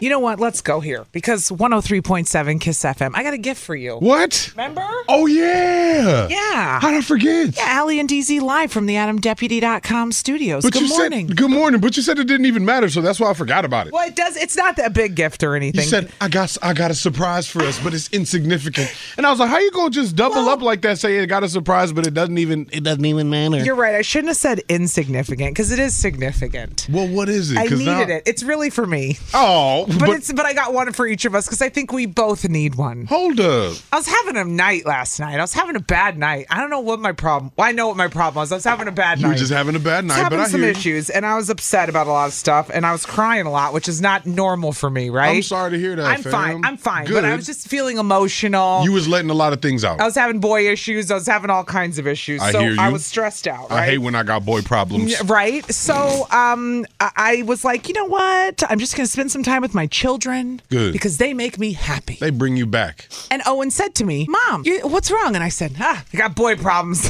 Speaker 1: you know what? Let's go here because 103.7 Kiss FM. I got a gift for you.
Speaker 2: What?
Speaker 1: Remember?
Speaker 2: Oh yeah.
Speaker 1: Yeah.
Speaker 2: How'd I forget?
Speaker 1: Yeah, Allie and DZ live from the AdamDeputy.com studios.
Speaker 2: But
Speaker 1: Good
Speaker 2: you
Speaker 1: morning.
Speaker 2: Said, good morning. But you said it didn't even matter, so that's why I forgot about it.
Speaker 1: well, it does. It's not that big gift or anything.
Speaker 2: You said I got I got a surprise for us, but it's insignificant. And I was like, how you gonna just double up like that? Say it got a surprise, but it doesn't even it doesn't even matter.
Speaker 1: You're right. I shouldn't have said insignificant because it is significant.
Speaker 2: Well, what is it?
Speaker 1: I
Speaker 2: 'Cause
Speaker 1: needed
Speaker 2: now-
Speaker 1: it. It's really for me.
Speaker 2: Oh,
Speaker 1: but,
Speaker 2: but-
Speaker 1: it's but I got one for each of us because I think we both need one.
Speaker 2: Hold up.
Speaker 1: I was having a night last night. I was having a bad night. I don't know what my problem. Well, I know what my problem was. I was having a bad
Speaker 2: You
Speaker 1: night.
Speaker 2: were just having a bad
Speaker 1: I was
Speaker 2: night, but
Speaker 1: having
Speaker 2: I
Speaker 1: some
Speaker 2: hear you.
Speaker 1: issues, and I was upset about a lot of stuff, and I was crying a lot, which is not normal for me, right?
Speaker 2: I'm sorry to hear that.
Speaker 1: I'm
Speaker 2: fam.
Speaker 1: fine. I'm fine. But I
Speaker 2: Good.
Speaker 1: was just feeling emotional.
Speaker 2: You was was letting a lot of things out.
Speaker 1: I was having boy issues. I was having all kinds of issues.
Speaker 2: I
Speaker 1: Oh, so
Speaker 2: hear
Speaker 1: I
Speaker 2: you.
Speaker 1: was stressed out. Right?
Speaker 2: I hate when I got boy problems.
Speaker 1: Yeah, Right? So um, I I was like, you know what? I'm just going to spend some time with my children
Speaker 2: Good.
Speaker 1: because they make me happy.
Speaker 2: They bring you back.
Speaker 1: And Owen said to me, Mom, you, what's wrong? And I said, Ah, I got boy problems.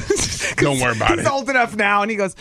Speaker 2: Don't worry about
Speaker 1: He's
Speaker 2: it.
Speaker 1: old enough now. And he goes,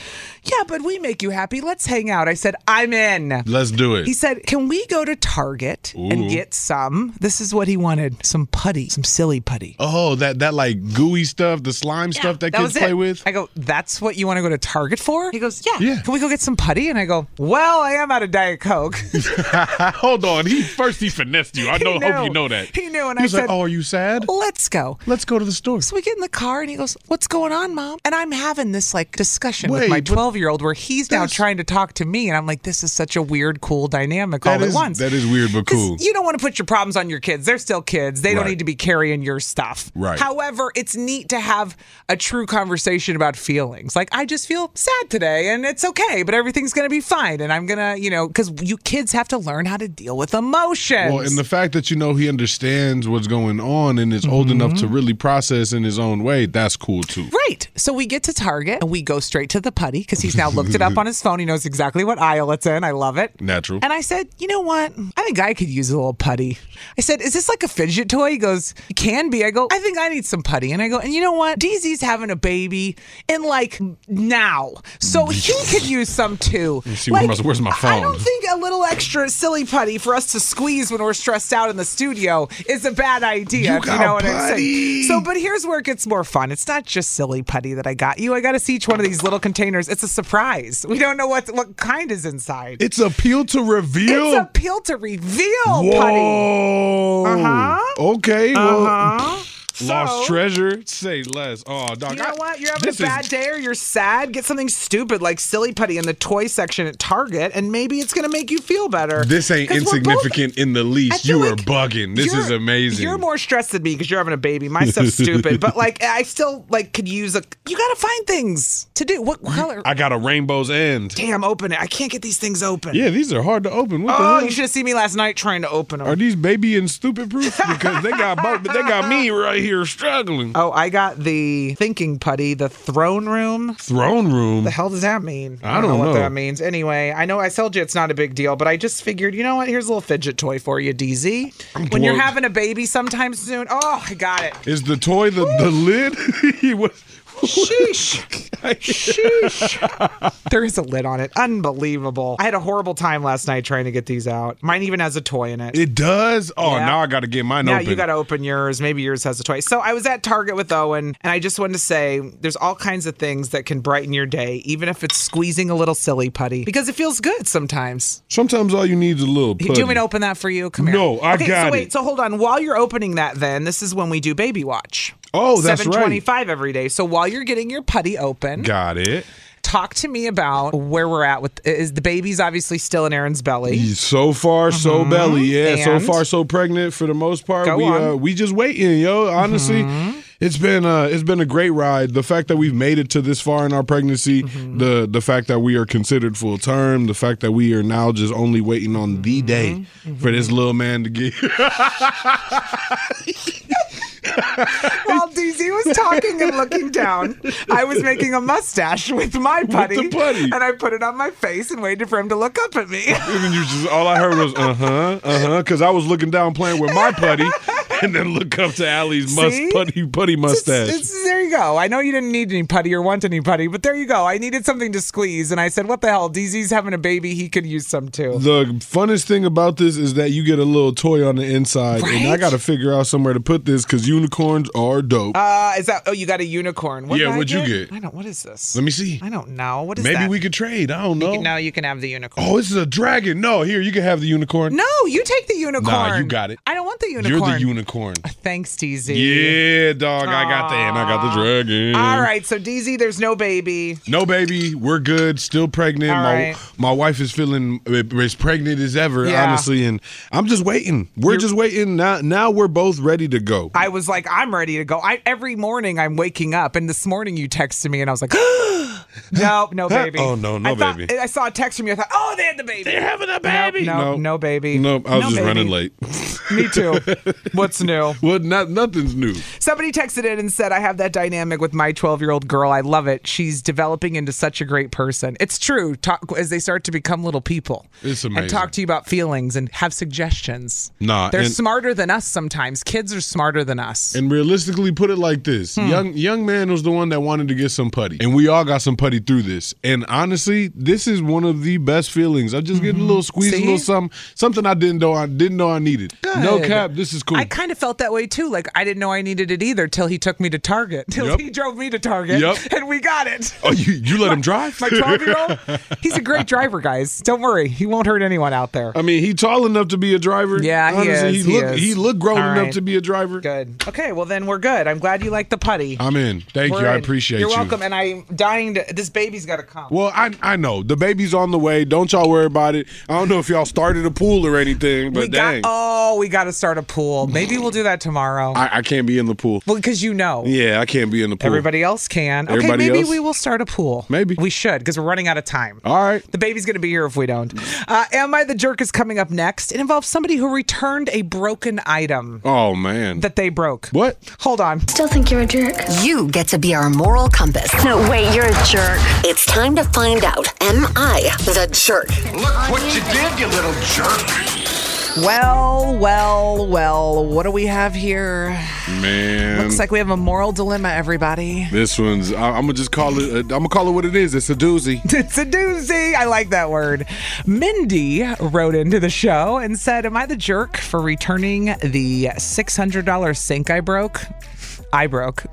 Speaker 1: Yeah, but we make you happy. Let's hang out. I said, I'm in.
Speaker 2: Let's do it.
Speaker 1: He said, Can we go to Target
Speaker 2: Ooh.
Speaker 1: and get some? This is what he wanted some putty, some silly putty.
Speaker 2: Oh, that that like gooey stuff, the slime stuff that, kids
Speaker 1: was
Speaker 2: play
Speaker 1: it.
Speaker 2: with.
Speaker 1: I go, that's what you want to go to Target for? He goes, yeah. Can we go get some putty? And I go, well, I am out of Diet Coke.
Speaker 2: Hold on. He first he finessed you. I
Speaker 1: He
Speaker 2: know. Hope
Speaker 1: knew.
Speaker 2: you know that.
Speaker 1: He knew, and I
Speaker 2: He was like,
Speaker 1: said,
Speaker 2: "Oh, are you sad?
Speaker 1: Let's go.
Speaker 2: Let's go to the store."
Speaker 1: So we get in the car, and he goes, "What's going on, mom?" And I'm having this like discussion with
Speaker 2: Wait,
Speaker 1: my
Speaker 2: but
Speaker 1: 12 year old, where he's now trying to talk to me, and I'm like, "This is such a weird, cool dynamic all
Speaker 2: That is
Speaker 1: at once."
Speaker 2: that is weird but cool.
Speaker 1: you don't want to put your problems on your kids. They're still kids. They don't
Speaker 2: Right.
Speaker 1: need to be carrying your stuff.
Speaker 2: Right.
Speaker 1: However, it's neat to have a true conversation about feelings. Like I just feel sad today and it's okay, but everything's going to be fine and I'm going to, you know, cuz you kids have to learn how to deal with emotions.
Speaker 2: Well, and the fact that you know he understands what's going on and is old enough to really process in his own way, that's cool too.
Speaker 1: Right. So we get to Target and we go straight to the putty because he's now looked it up on his phone. He knows exactly what aisle it's in. I love it.
Speaker 2: Natural.
Speaker 1: And I said, you know what? I think I could use a little putty. I said, is this like a fidget toy? He goes, "It can be. I go, I think I need some putty. And I go, and you know what? DZ's having a baby in like now. So he could use some too.
Speaker 2: Mm. Let me see, where
Speaker 1: Like,
Speaker 2: my- where's my
Speaker 1: I don't
Speaker 2: phone?
Speaker 1: think a little extra silly putty for us to squeeze when we're stressed out in the studio is a bad idea.
Speaker 2: You
Speaker 1: if
Speaker 2: got
Speaker 1: you know what I'm
Speaker 2: putty.
Speaker 1: saying. So, but here's where it gets more fun. It's not just silly putty that I got you. I got us each one of these little containers. It's a surprise. We don't know what what kind is inside.
Speaker 2: It's appeal to reveal.
Speaker 1: It's appeal to reveal
Speaker 2: Whoa.
Speaker 1: putty. Uh
Speaker 2: Oh,
Speaker 1: huh.
Speaker 2: Okay. well,
Speaker 1: Uh-huh.
Speaker 2: Lost
Speaker 1: So-
Speaker 2: treasure. Say less. Oh, dog.
Speaker 1: You know
Speaker 2: I-
Speaker 1: what? You're having
Speaker 2: this
Speaker 1: a
Speaker 2: is-
Speaker 1: bad day or you're sad. Get something stupid like silly putty in the toy section at Target, and maybe it's gonna make you feel better.
Speaker 2: This ain't
Speaker 1: 'Cause we're both
Speaker 2: insignificant in the least. You are bugging. This is
Speaker 1: you're-
Speaker 2: amazing.
Speaker 1: You're more stressed than me because you're having a baby. My stuff's stupid, but like I still like could use a. You gotta find things to do. What color?
Speaker 2: I got a rainbow's end.
Speaker 1: Damn, open it! I can't get these things open.
Speaker 2: Yeah, these are hard to open. What the
Speaker 1: Oh,
Speaker 2: hell?
Speaker 1: you should have seen me last night trying to open them.
Speaker 2: Are these baby and stupid proof? Because they got both, but they got me right here struggling.
Speaker 1: Oh, I got the thinking putty, the throne room.
Speaker 2: Throne room.
Speaker 1: The hell does that mean?
Speaker 2: I don't
Speaker 1: what
Speaker 2: know.
Speaker 1: that means. Anyway, I know I told you it's not a big deal, but I just figured, you know what? Here's a little fidget toy for you, DZ. When you're
Speaker 2: dwarfed.
Speaker 1: having a baby sometime soon. Oh, I got it.
Speaker 2: Is the toy the, the lid? he was.
Speaker 1: Sheesh. Sheesh. there is a lid on it. Unbelievable. I had a horrible time last night trying to get these out. Mine even has a toy in it.
Speaker 2: It does. Oh,
Speaker 1: Yeah.
Speaker 2: now I got to get mine
Speaker 1: now
Speaker 2: open.
Speaker 1: you got to open yours. Maybe yours has a toy. So I was at Target with Owen, and I just wanted to say there's all kinds of things that can brighten your day, even if it's squeezing a little silly putty, because it feels good sometimes.
Speaker 2: Sometimes all you need is a little.
Speaker 1: Do you want me
Speaker 2: putty.
Speaker 1: to open that for you? Come here.
Speaker 2: No, I
Speaker 1: okay,
Speaker 2: got
Speaker 1: so wait,
Speaker 2: it.
Speaker 1: So hold on. While you're opening that, then this is when we do baby watch.
Speaker 2: Oh, that's right.
Speaker 1: 725 every day. So while you're getting your putty open,
Speaker 2: Got it.
Speaker 1: talk to me about where we're at with is the baby's obviously still in Aaron's belly. Mm-hmm.
Speaker 2: So far, so belly. Yeah, so
Speaker 1: And?
Speaker 2: far, so pregnant for the most part.
Speaker 1: Go
Speaker 2: we
Speaker 1: on. Mm-hmm.
Speaker 2: uh we just waiting, yo. Honestly, it's been uh it's been a great ride. The fact that we've made it to this far in our pregnancy,
Speaker 1: Mm-hmm.
Speaker 2: the the fact that we are considered full term, the fact that we are now just only waiting on
Speaker 1: Mm-hmm.
Speaker 2: the day for this little man to get
Speaker 1: While DZ was talking and looking down, I was making a mustache with my putty,
Speaker 2: the putty.
Speaker 1: and I put it on my face and waited for him to look up at me.
Speaker 2: And you just all I heard was uh huh, uh huh, because I was looking down playing with my putty, and then look up to Allie's must
Speaker 1: See?
Speaker 2: putty putty mustache.
Speaker 1: It's- there you go. I know you didn't need any putty or want any putty, but there you go. I needed something to squeeze, and I said, "What the hell? DZ's having a baby. He could use some too."
Speaker 2: the funnest thing about this is that you get a little toy on the inside, and I
Speaker 1: Right?
Speaker 2: got to figure out somewhere to put this because unicorns are dope.
Speaker 1: Uh, is that? Oh, you got a unicorn. What
Speaker 2: Yeah,
Speaker 1: did I
Speaker 2: what'd you get?
Speaker 1: I don't. What is this?
Speaker 2: Let me see.
Speaker 1: I don't know. What is
Speaker 2: Maybe
Speaker 1: that?
Speaker 2: we could trade. I don't know.
Speaker 1: You can- now you can have the unicorn.
Speaker 2: oh, this is a dragon. No, here you can have the unicorn.
Speaker 1: No, you take the unicorn.
Speaker 2: Nah, you got it.
Speaker 1: I don't want the
Speaker 2: You're
Speaker 1: Mm, unicorn.
Speaker 2: the unicorn.
Speaker 1: Thanks, DZ.
Speaker 2: Yeah, dog. I got the and I got the Dragon.
Speaker 1: All right, so DZ, there's no baby.
Speaker 2: No baby, we're good. Still pregnant.
Speaker 1: All
Speaker 2: my
Speaker 1: right.
Speaker 2: my wife is feeling as pregnant as ever,
Speaker 1: Yeah.
Speaker 2: honestly, and I'm just waiting. We're just waiting. Now now we're both ready to go.
Speaker 1: I was like, I'm ready to go. I every morning I'm waking up, and this morning you texted me, and I was like, No, no baby.
Speaker 2: Oh, no, no
Speaker 1: I thought-
Speaker 2: baby.
Speaker 1: I saw a text from you. I thought, Oh, they had the baby. They're
Speaker 2: having a
Speaker 1: baby. No, no, baby.
Speaker 2: Nope, I was
Speaker 1: No
Speaker 2: just
Speaker 1: baby.
Speaker 2: running late.
Speaker 1: Me too. What's new?
Speaker 2: Well, not nothing's new.
Speaker 1: Somebody texted in and said, I have that dynamic with my 12 year old girl. I love it. She's developing into such a great person. It's true. Talk, as they start to become little people
Speaker 2: It's
Speaker 1: and
Speaker 2: amazing.
Speaker 1: talk to you about feelings and have suggestions.
Speaker 2: Nah,
Speaker 1: They're
Speaker 2: and-
Speaker 1: smarter than us sometimes. Kids are smarter than us.
Speaker 2: And realistically, put it like this:
Speaker 1: Hmm.
Speaker 2: young young man was the one that wanted to get some putty, and we all got some putty through this. And honestly, this is one of the best feelings. I'm just
Speaker 1: Mm-hmm.
Speaker 2: getting a little squeeze, a little something, something I didn't know I didn't know I needed. No
Speaker 1: Good.
Speaker 2: cap, this is cool.
Speaker 1: I kind of felt that way too. Like, I didn't know I needed it either till he took me to Target. Till
Speaker 2: Yep.
Speaker 1: he drove me to Target.
Speaker 2: Yep.
Speaker 1: And we got it.
Speaker 2: oh, you you let him drive?
Speaker 1: My 12 year old, he's a great driver, guys. Don't worry. He won't hurt anyone out there.
Speaker 2: I mean, he tall enough to be a driver.
Speaker 1: Yeah, he
Speaker 2: Honestly,
Speaker 1: is,
Speaker 2: He,
Speaker 1: he
Speaker 2: look,
Speaker 1: is.
Speaker 2: he look grown
Speaker 1: All
Speaker 2: enough
Speaker 1: right.
Speaker 2: to be a driver.
Speaker 1: Good. Okay, well then we're good. I'm glad you like the putty.
Speaker 2: I'm in. Thank
Speaker 1: We're
Speaker 2: you. I
Speaker 1: in.
Speaker 2: appreciate
Speaker 1: You're
Speaker 2: you.
Speaker 1: welcome. And I'm dying to. This baby's got to come.
Speaker 2: Well, I I know the baby's on the way. Don't y'all worry about it. I don't know if y'all started a pool or anything, but
Speaker 1: we
Speaker 2: dang,
Speaker 1: got. Oh, we got to start a pool. Maybe we'll do that tomorrow.
Speaker 2: I, I can't be in the pool.
Speaker 1: Well, because you know.
Speaker 2: Yeah, I can't be in the pool.
Speaker 1: Everybody else can. Okay,
Speaker 2: Everybody
Speaker 1: maybe
Speaker 2: else?
Speaker 1: we will start a pool. Maybe. We should because we're running out of time.
Speaker 2: All right.
Speaker 1: The baby's going to be here if we don't. Uh, Am I the Jerk is coming up next. It involves somebody who returned a broken item
Speaker 2: Oh man.
Speaker 1: that they broke.
Speaker 2: What?
Speaker 1: Hold on.
Speaker 12: Still think you're a jerk? You get to be our moral compass. No, wait, you're a jerk. It's time to find out. Am I the jerk?
Speaker 3: Look what you did, you little jerk.
Speaker 1: Well, Oh, well, well, what do we have here?
Speaker 2: Man.
Speaker 1: Looks like we have a moral dilemma, everybody.
Speaker 2: this one's. I, I'm gonna just call it. I'm gonna call it what it is. It's a doozy.
Speaker 1: It's a doozy. I like that word. Mindy wrote into the show and said, Am I the jerk for returning the $600 sink I broke? I broke.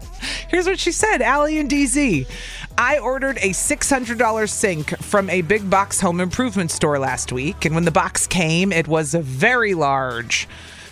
Speaker 1: Here's what she said Allie and DZ. I ordered a $600 sink from a big box home improvement store last week, and when the box came, it was very large.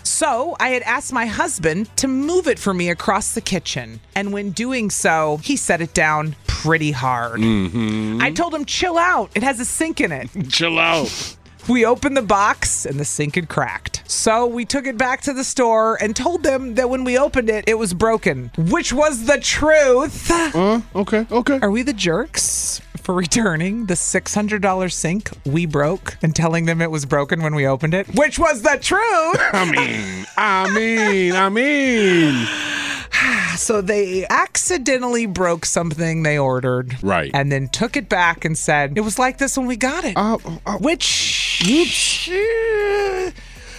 Speaker 1: So I had asked my husband to move it for me across the kitchen. And when doing so, he set it down pretty hard.
Speaker 2: Mm-hmm.
Speaker 1: I told him, chill out. It has a sink in it.
Speaker 2: Chill out.
Speaker 1: We opened the box and the sink had cracked. So we took it back to the store and told them that when we opened it, it was broken, which was the truth.
Speaker 2: Uh, okay, okay.
Speaker 1: Are we the jerks for returning the $600 sink we broke and telling them it was broken when we opened it, which was the truth?
Speaker 2: I mean, I mean, I mean.
Speaker 1: So they accidentally broke something they ordered.
Speaker 2: Right.
Speaker 1: And then took it back and said, it was like this when we got it.
Speaker 2: Oh,
Speaker 1: Which eh,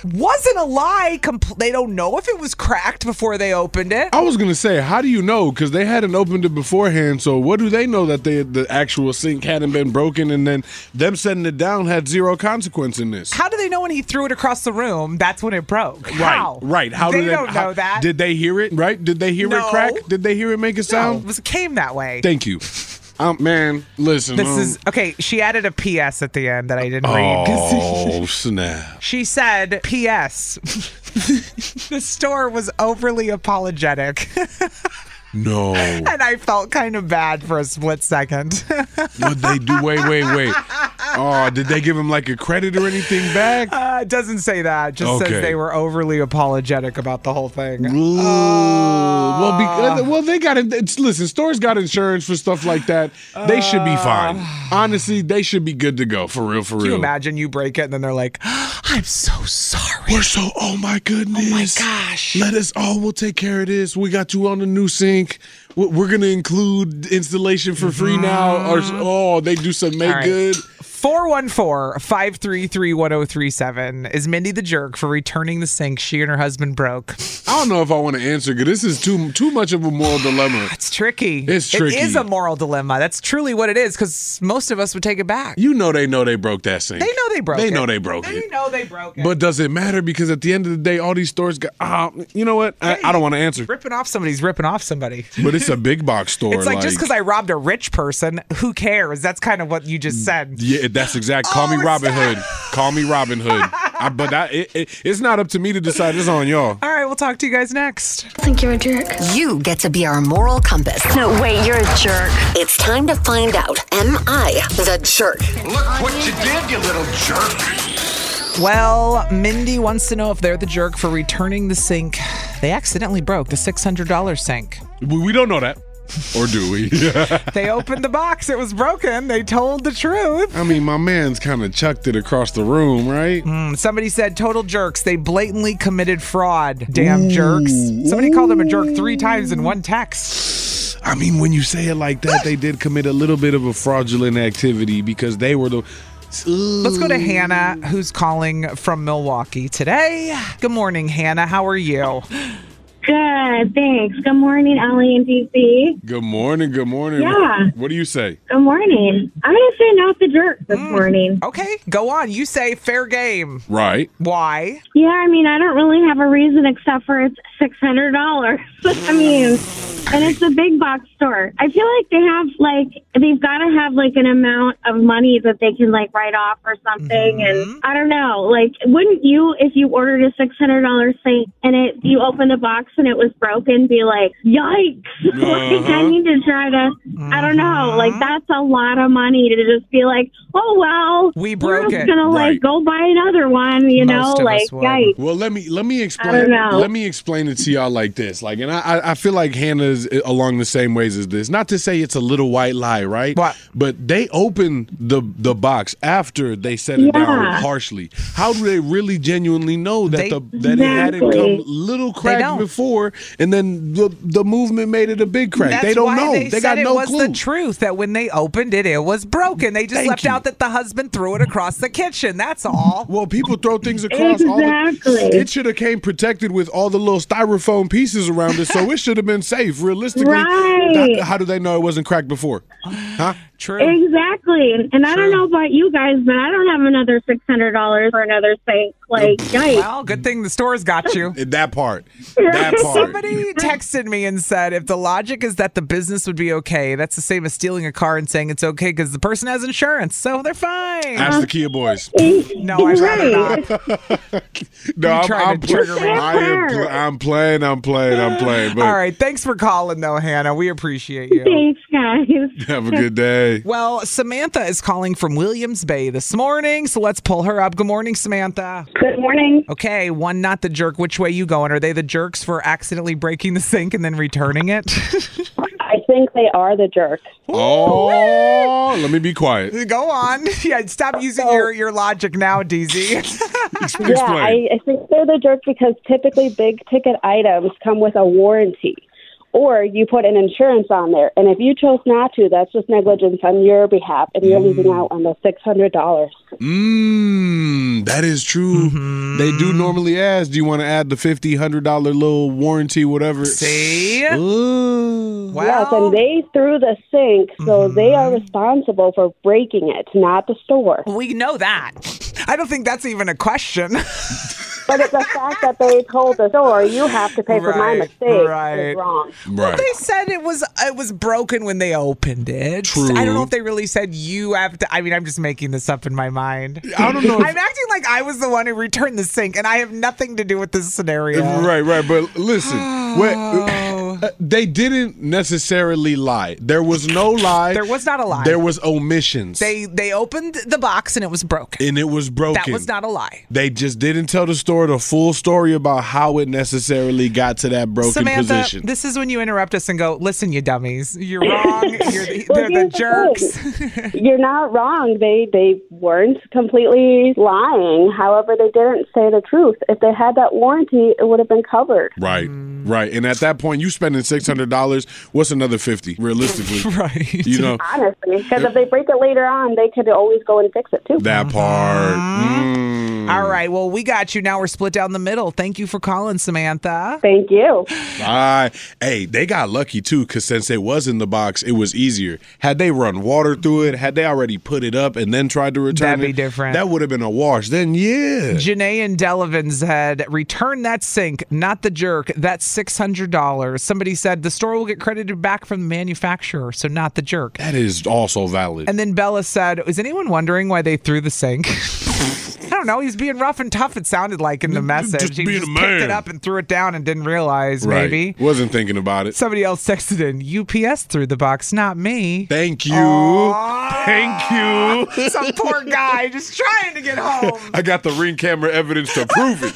Speaker 1: wasn't a lie. Compl- they don't know if it was cracked before they opened it.
Speaker 2: I was gonna say, how do you know? Because they hadn't opened it beforehand. So what do they know that they the actual sink hadn't been broken, and then them setting it down had zero consequence in this.
Speaker 1: How do they know when he threw it across the room, that's when it broke?
Speaker 2: Right,
Speaker 1: How?
Speaker 2: right. How
Speaker 1: they
Speaker 2: do they
Speaker 1: don't
Speaker 2: how-
Speaker 1: know that.
Speaker 2: Did they hear it? Right? Did they hear it crack?
Speaker 1: No.
Speaker 2: Did they hear it make a
Speaker 1: no,
Speaker 2: sound?
Speaker 1: it was, came that way.
Speaker 2: Thank you, um, man. Listen,
Speaker 1: This
Speaker 2: um,
Speaker 1: is okay. She added a P.S. at the end that I didn't read. 'cause-
Speaker 2: Oh snap!
Speaker 1: She said, P.S. the store was overly apologetic.
Speaker 2: No.
Speaker 1: and I felt kind of bad for a split second.
Speaker 2: What they do? Wait, wait, wait. Oh, did they give him like a credit or anything back?
Speaker 1: Uh, it doesn't say that. It just
Speaker 2: Okay.
Speaker 1: says they were overly apologetic about the whole thing. Ah.
Speaker 2: well,
Speaker 1: uh,
Speaker 2: because, well, they got it. it's- Listen, stores got insurance for stuff like that. They should be fine. Honestly, they should be good to go. For real, for
Speaker 1: Uh, Can you
Speaker 2: real.
Speaker 1: imagine you break it and then they're like, I'm so sorry.
Speaker 2: We're so. Oh my goodness. Oh my gosh. Let us. Oh, we'll take care of this. We got you on the new sink. We- We're gonna include installation for free now. Or
Speaker 1: "Mm."
Speaker 2: oh, they do some make good.
Speaker 1: 414 533 1037. Is Mindy the jerk for returning the sink she and her husband broke?
Speaker 2: I don't know if I want to answer because this is too too much of a moral dilemma.
Speaker 1: It's tricky.
Speaker 2: It's tricky.
Speaker 1: It is a moral dilemma. That's truly what it is because most of us would take it back.
Speaker 2: you know they know they broke that sink.
Speaker 1: They know they broke
Speaker 2: They
Speaker 1: it.
Speaker 2: know they broke it.
Speaker 1: They know they broke it.
Speaker 2: But does it matter? Because at the end of the day, all these stores got. ah, you know what? I, I don't want to answer.
Speaker 1: ripping off somebody's ripping off somebody.
Speaker 2: But it's a big box store.
Speaker 1: It's like, just because I robbed a rich person, who
Speaker 2: Mm.
Speaker 1: cares? That's kind of what you just said.
Speaker 2: Yeah, that's exact. Call me Robin Hood. Call me Robin Hood. I, but I, it, it, it's not up to me to decide. It's on y'all.
Speaker 1: All right, we'll talk to you guys next.
Speaker 12: I think you're a jerk. You get to be our moral compass. No, wait, you're a jerk. It's time to find out. Am I the jerk?
Speaker 3: Look what you did, you little jerk.
Speaker 1: Well, Mindy wants to know if they're the jerk for returning the sink. They accidentally broke the $600 sink.
Speaker 2: We we don't know that, or do we?
Speaker 1: They opened the box, it was broken. They told the truth.
Speaker 2: I mean, my man's kind of chucked it across the room, right?
Speaker 1: Mm, somebody said total jerks. They blatantly committed fraud. Damn jerks. Somebody called him a jerk three times in one text.
Speaker 2: I mean, when you say it like that, they did commit a little bit of a fraudulent activity because they were the.
Speaker 1: Let's go to Hannah, who's calling from Milwaukee today. Good morning, Hannah. How are you?
Speaker 15: Good, thanks. Good morning, Allie and DC.
Speaker 2: Good morning. Good morning.
Speaker 15: Yeah.
Speaker 2: What do you say?
Speaker 15: Good morning. I'm going to say not the jerk this morning.
Speaker 1: Okay, go on. You say fair game.
Speaker 2: Right.
Speaker 1: Why?
Speaker 15: Yeah, I mean, I don't really have a reason except for it's $600. I mean, and it's a big box store. I feel like they have, like, they've got to have, like, an amount of money that they can, like, write off or something. And I don't know. Like, wouldn't you, if you ordered a $600 thing and it you opened the box and it was broken, be like, yikes. like, I
Speaker 2: Uh-huh. Mm-hmm.
Speaker 15: need to try to, I don't know. Like, that's a lot of money to just be like, oh, well,
Speaker 2: We
Speaker 15: we're
Speaker 2: broke
Speaker 15: just
Speaker 2: it.
Speaker 15: gonna
Speaker 2: Right.
Speaker 15: like go buy another one, you know, like yikes.
Speaker 2: Well, let me let me
Speaker 15: I
Speaker 2: explain.
Speaker 15: don't know.
Speaker 2: Let me explain it to y'all like this. Like, and I I- I feel like Hannah's along the same ways as this. Not to say it's a little white lie, right? What? But they opened the the box after they set it down
Speaker 15: Yeah.
Speaker 2: harshly. How do they really genuinely know that
Speaker 15: They-
Speaker 2: the that it hadn't
Speaker 15: Exactly.
Speaker 2: come little
Speaker 15: They
Speaker 2: crack
Speaker 15: don't.
Speaker 2: before, and then the the movement made it a big crack?
Speaker 1: That's
Speaker 2: they don't
Speaker 1: why
Speaker 2: know.
Speaker 1: They,
Speaker 2: They,
Speaker 1: said
Speaker 2: got
Speaker 1: it
Speaker 2: no
Speaker 1: was
Speaker 2: clue.
Speaker 1: the truth that when they opened it, it was broken. They just
Speaker 2: Thank
Speaker 1: left
Speaker 2: you.
Speaker 1: out that the husband threw it across the kitchen. That's all.
Speaker 2: Well, people throw things across all the,
Speaker 1: Exactly.
Speaker 2: it should have came protected with all the little styrofoam pieces around it so it should have been safe realistically
Speaker 15: Right.
Speaker 2: how, how do they know it wasn't cracked before huh true
Speaker 15: Exactly. And, and I don't know about you guys, but I don't have another six hundred dollars for another thing. Like yikes.
Speaker 1: Well, good thing the store's got you.
Speaker 2: that part.
Speaker 15: That part.
Speaker 1: Somebody texted me and said if the logic is that the business would be okay, that's the same as stealing a car and saying it's okay because the person has insurance, so they're fine.
Speaker 2: ask the kia boys
Speaker 15: Uh, eh,
Speaker 1: no, I'd rather not.
Speaker 2: no
Speaker 1: You
Speaker 2: I'm,
Speaker 1: tried
Speaker 2: I'm,
Speaker 1: to trigger me.
Speaker 2: I am pl- I'm playing i'm playing i'm playing but
Speaker 1: All right. Thanks for calling, though, Hannah. We appreciate you.
Speaker 15: Thanks, guys.
Speaker 2: have a good day
Speaker 1: Well, Samantha is calling from Williams Bay this morning, so let's pull her up. Good morning, Samantha.
Speaker 16: Good morning.
Speaker 1: Okay, one not the jerk. Which way you going? Are they the jerks for accidentally breaking the sink and then returning it?
Speaker 16: I think they are the jerk.
Speaker 2: oh let me be quiet
Speaker 1: Go on. Yeah, stop using your, your logic now, DZ.
Speaker 16: Oh. Yeah, I, I think they're the jerk because typically big ticket items come with a warranty or you put an insurance on there. And if you chose not to, that's just negligence on your behalf and you're
Speaker 1: Mm.
Speaker 16: losing out on the $600.
Speaker 2: Mm, that is true.
Speaker 1: Mm-hmm.
Speaker 2: They do normally ask, do you want to add the fifty, hundred dollar little warranty, whatever?
Speaker 1: See?
Speaker 16: Yes, and they threw the sink, so they are
Speaker 1: Mm-hmm.
Speaker 16: responsible for breaking it, not the store.
Speaker 1: we know that. I don't think that's even a question.
Speaker 16: But the fact that they told the store, you have to pay for my
Speaker 1: Right,
Speaker 16: mistake,
Speaker 1: right.
Speaker 16: is wrong.
Speaker 1: Well, they said it was it was broken when they opened it. True. I don't know if they really said you have to. I mean, I'm just making this up in my mind.
Speaker 2: I don't know if-
Speaker 1: I'm acting like I was the one who returned the sink, and I have nothing to do with this scenario.
Speaker 2: Right, right. But listen, what, uh, they didn't necessarily lie. There was no lie. There
Speaker 1: was not a lie.
Speaker 2: There was omissions.
Speaker 1: They they opened the box and it was broken.
Speaker 2: and it was broken.
Speaker 1: That was not a lie.
Speaker 2: They just didn't tell the story, the full story about how it necessarily got to that broken
Speaker 1: Samantha,
Speaker 2: position.
Speaker 1: this is when you interrupt us and go, "Listen, you dummies, you're wrong. You're the, they're the jerks."
Speaker 16: You're not wrong. They they weren't completely lying. However, they didn't say the truth. If they had that warranty, it would have been covered.
Speaker 2: Right,
Speaker 1: Mm.
Speaker 2: right. And at that point, you spending six hundred dollars. What's another fifty? Realistically,
Speaker 1: right?
Speaker 2: You know
Speaker 16: Honestly, because if they break it later on, they could always go and fix it too.
Speaker 2: that part.
Speaker 1: Uh-huh.
Speaker 2: Mm.
Speaker 1: All right. Well, we got you. Now we're split down the middle. Thank you for calling, Samantha.
Speaker 16: Thank you.
Speaker 2: I, hey, they got lucky too, because since it was in the box, it was easier. Had they run water through it, had they already put it up and then tried to return
Speaker 1: That'd be
Speaker 2: it,
Speaker 1: different.
Speaker 2: That would have been a wash. Then, yeah.
Speaker 1: Janae and Delavan said, return that sink, not the jerk. That's $600. Somebody said, the store will get credited back from the manufacturer, so not the jerk.
Speaker 2: That is also valid.
Speaker 1: And then Bella said, is anyone wondering why they threw the sink? I don't don't know. He's being rough and tough. It sounded like in the message. he
Speaker 2: being
Speaker 1: just
Speaker 2: a
Speaker 1: picked
Speaker 2: man.
Speaker 1: it up and threw it down and didn't realize.
Speaker 2: Right.
Speaker 1: Maybe
Speaker 2: Wasn't thinking about it.
Speaker 1: somebody else texted in. UPS threw the box, not me.
Speaker 2: Thank you. Thank you.
Speaker 1: Some poor guy just trying to get home.
Speaker 2: I got the ring camera evidence to prove it.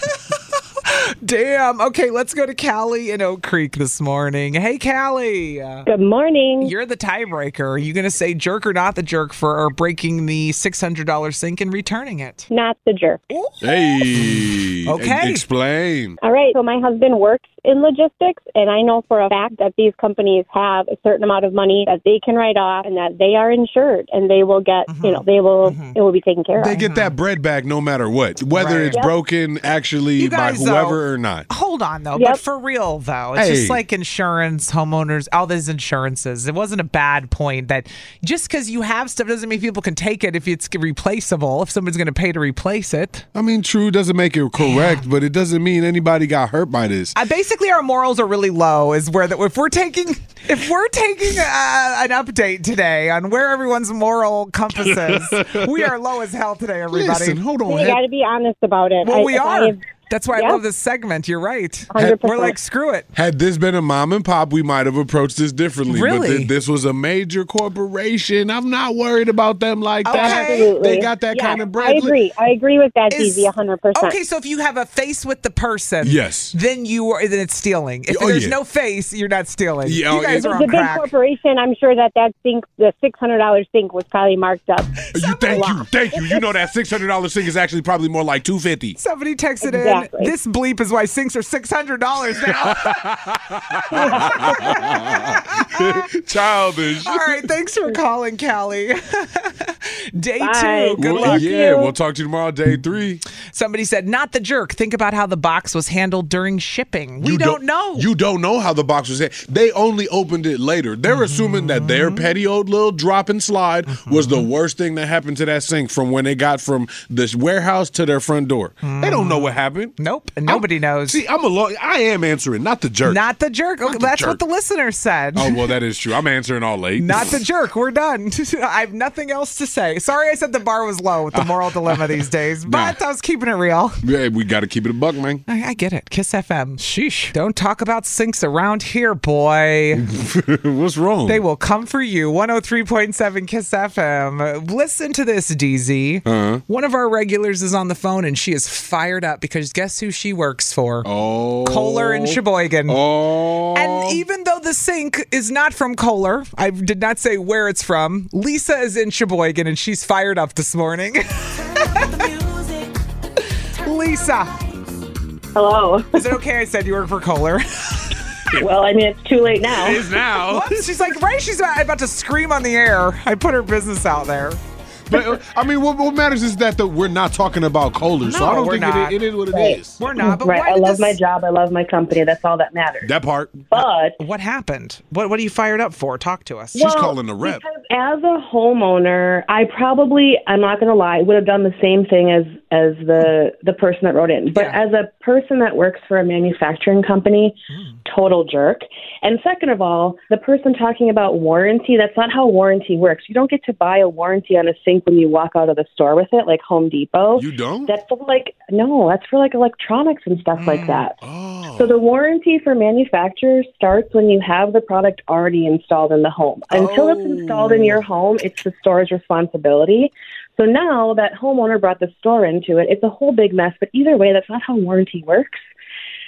Speaker 1: Damn. Okay, let's go to Callie in Oak Creek this morning. Hey, Callie. Good
Speaker 17: morning.
Speaker 1: You're the tiebreaker. Are you going to say jerk or not the jerk for breaking the $600 sink and returning it?
Speaker 17: Not the jerk.
Speaker 2: Hey.
Speaker 1: Okay.
Speaker 2: e- Explain.
Speaker 17: All right. So my husband works in logistics, and I know for a fact that these companies have a certain amount of money that they can write off, and that they are insured, and they will get, you know, they will, it will be taken care
Speaker 2: Mm-hmm. They
Speaker 17: of.
Speaker 2: get that bread back no matter what, whether
Speaker 17: Right.
Speaker 2: it's
Speaker 17: Yep.
Speaker 2: broken actually
Speaker 1: You
Speaker 2: by
Speaker 1: guys,
Speaker 2: whoever
Speaker 1: though-
Speaker 2: or not.
Speaker 1: Hold on, though.
Speaker 17: Yep.
Speaker 1: But for real, though, it's
Speaker 2: Hey.
Speaker 1: just like insurance, homeowners, all these insurances. It wasn't a bad point that just because you have stuff doesn't mean people can take it if it's replaceable, if somebody's going to pay to replace it.
Speaker 2: I mean, true doesn't make it correct, but it doesn't mean anybody got hurt by this.
Speaker 1: Uh, basically, our morals are really low. Is where that if we're taking if we're taking uh, an update today on where everyone's moral compass is, we are low as hell today, everybody.
Speaker 2: Listen, hold
Speaker 17: You got to be honest about it.
Speaker 1: Well,
Speaker 17: I-
Speaker 1: we
Speaker 17: I-
Speaker 1: are. That's why
Speaker 17: Yeah.
Speaker 1: I love this segment. You're right.
Speaker 17: 100%.
Speaker 1: We're like, screw it.
Speaker 2: Had this been a mom and pop, we might have approached this differently. But
Speaker 1: Really?
Speaker 2: thi- this was a major corporation. I'm not worried about them like that.
Speaker 17: Absolutely.
Speaker 2: They got that
Speaker 17: Yeah,
Speaker 2: kind of bread.
Speaker 17: I agree. I agree with that, DZ, 100%.
Speaker 1: Okay, so if you have a face with the person,
Speaker 2: Yes.
Speaker 1: then you are then it's stealing. If
Speaker 2: Oh,
Speaker 1: there's
Speaker 2: yeah.
Speaker 1: no face, you're not stealing.
Speaker 2: Yeah, oh,
Speaker 1: you guys
Speaker 2: yeah.
Speaker 1: are
Speaker 17: the big
Speaker 1: on crack.
Speaker 17: corporation, I'm sure that that sink, the $600 sink was probably marked up.
Speaker 2: You thank you, thank you. You know that six hundred dollars thing is actually probably more like two fifty.
Speaker 1: Somebody texted
Speaker 17: Exactly.
Speaker 1: in. This bleep is why sinks are six hundred dollars now.
Speaker 2: Childish.
Speaker 1: All right, thanks for calling, Callie. Day
Speaker 17: Bye.
Speaker 1: two. Good
Speaker 2: Well,
Speaker 1: luck.
Speaker 2: Yeah, we'll talk to you tomorrow, day three.
Speaker 1: Somebody said, not the jerk. Think about how the box was handled during shipping. We
Speaker 2: You
Speaker 1: don't, know.
Speaker 2: You don't know how the box was. hit. They only opened it later. They're assuming that
Speaker 1: Mm-hmm.
Speaker 2: their petty old little drop and slide was the worst thing that happened to that sink from when they got from the warehouse to their front door. They don't know what happened.
Speaker 1: Mm. Nope, and nobody knows.
Speaker 2: See, I'm a lawyer. I am answering, not the jerk.
Speaker 1: Not the jerk. Okay,
Speaker 2: the
Speaker 1: That's
Speaker 2: jerk.
Speaker 1: what the listener said.
Speaker 2: oh well, that is true. I'm answering all late.
Speaker 1: Not the jerk. We're done. I have nothing else to say. Sorry I said the bar was low with the moral dilemma these days, but I was keeping it real.
Speaker 2: Yeah, we got to keep it a buck, man.
Speaker 1: I, I get it. Kiss FM. Sheesh. Don't talk about sinks around here, boy.
Speaker 2: What's wrong?
Speaker 1: They will come for you. 103.7 Kiss FM. Listen to this, DZ.
Speaker 2: Uh-huh.
Speaker 1: One of our regulars is on the phone and she is fired up because guess who she works for?
Speaker 2: Oh.
Speaker 1: Kohler and Sheboygan.
Speaker 2: Oh.
Speaker 1: And even though the sink is not from Kohler, I did not say where it's from. Lisa is in Sheboygan and she's fired up this morning. Lisa.
Speaker 18: Hello.
Speaker 1: Is it okay I said you work for Kohler?
Speaker 18: Well, I mean, it's too late now.
Speaker 2: It is now.
Speaker 1: Whoops, she's like, right? She's about, about to scream on the air. I put her business out there.
Speaker 2: But uh, I mean, what, what matters is that the, we're not talking about Kohler, so I
Speaker 1: No,
Speaker 2: don't
Speaker 1: we're
Speaker 2: think
Speaker 1: not.
Speaker 2: It, it is what it is.
Speaker 18: Right. Mm,
Speaker 1: We're not, but
Speaker 18: right.
Speaker 1: why
Speaker 18: I
Speaker 1: did
Speaker 18: love
Speaker 1: this-
Speaker 18: my job. I love my company. That's all that matters.
Speaker 2: That part.
Speaker 18: But
Speaker 1: What happened? What What are you fired up for? Talk to us.
Speaker 18: Well, Because as a homeowner, I probably, I'm not going to lie, would have done the same thing as as the the person that wrote in. But as a person that works for a manufacturing company,
Speaker 2: Mm.
Speaker 18: total jerk. And second of all, the person talking about warranty, that's not how warranty works. You don't get to buy a warranty on a sink when you walk out of the store with it, like Home Depot.
Speaker 2: You don't? Mm.
Speaker 18: That's for like no, that's for like electronics and stuff like that.
Speaker 2: Oh.
Speaker 18: So the warranty for manufacturers starts when you have the product already installed in the home. Until it's installed
Speaker 2: Oh.
Speaker 18: in your home, it's the store's responsibility. So now that homeowner brought the store into it, it's a whole big mess. But either way, that's not how warranty works.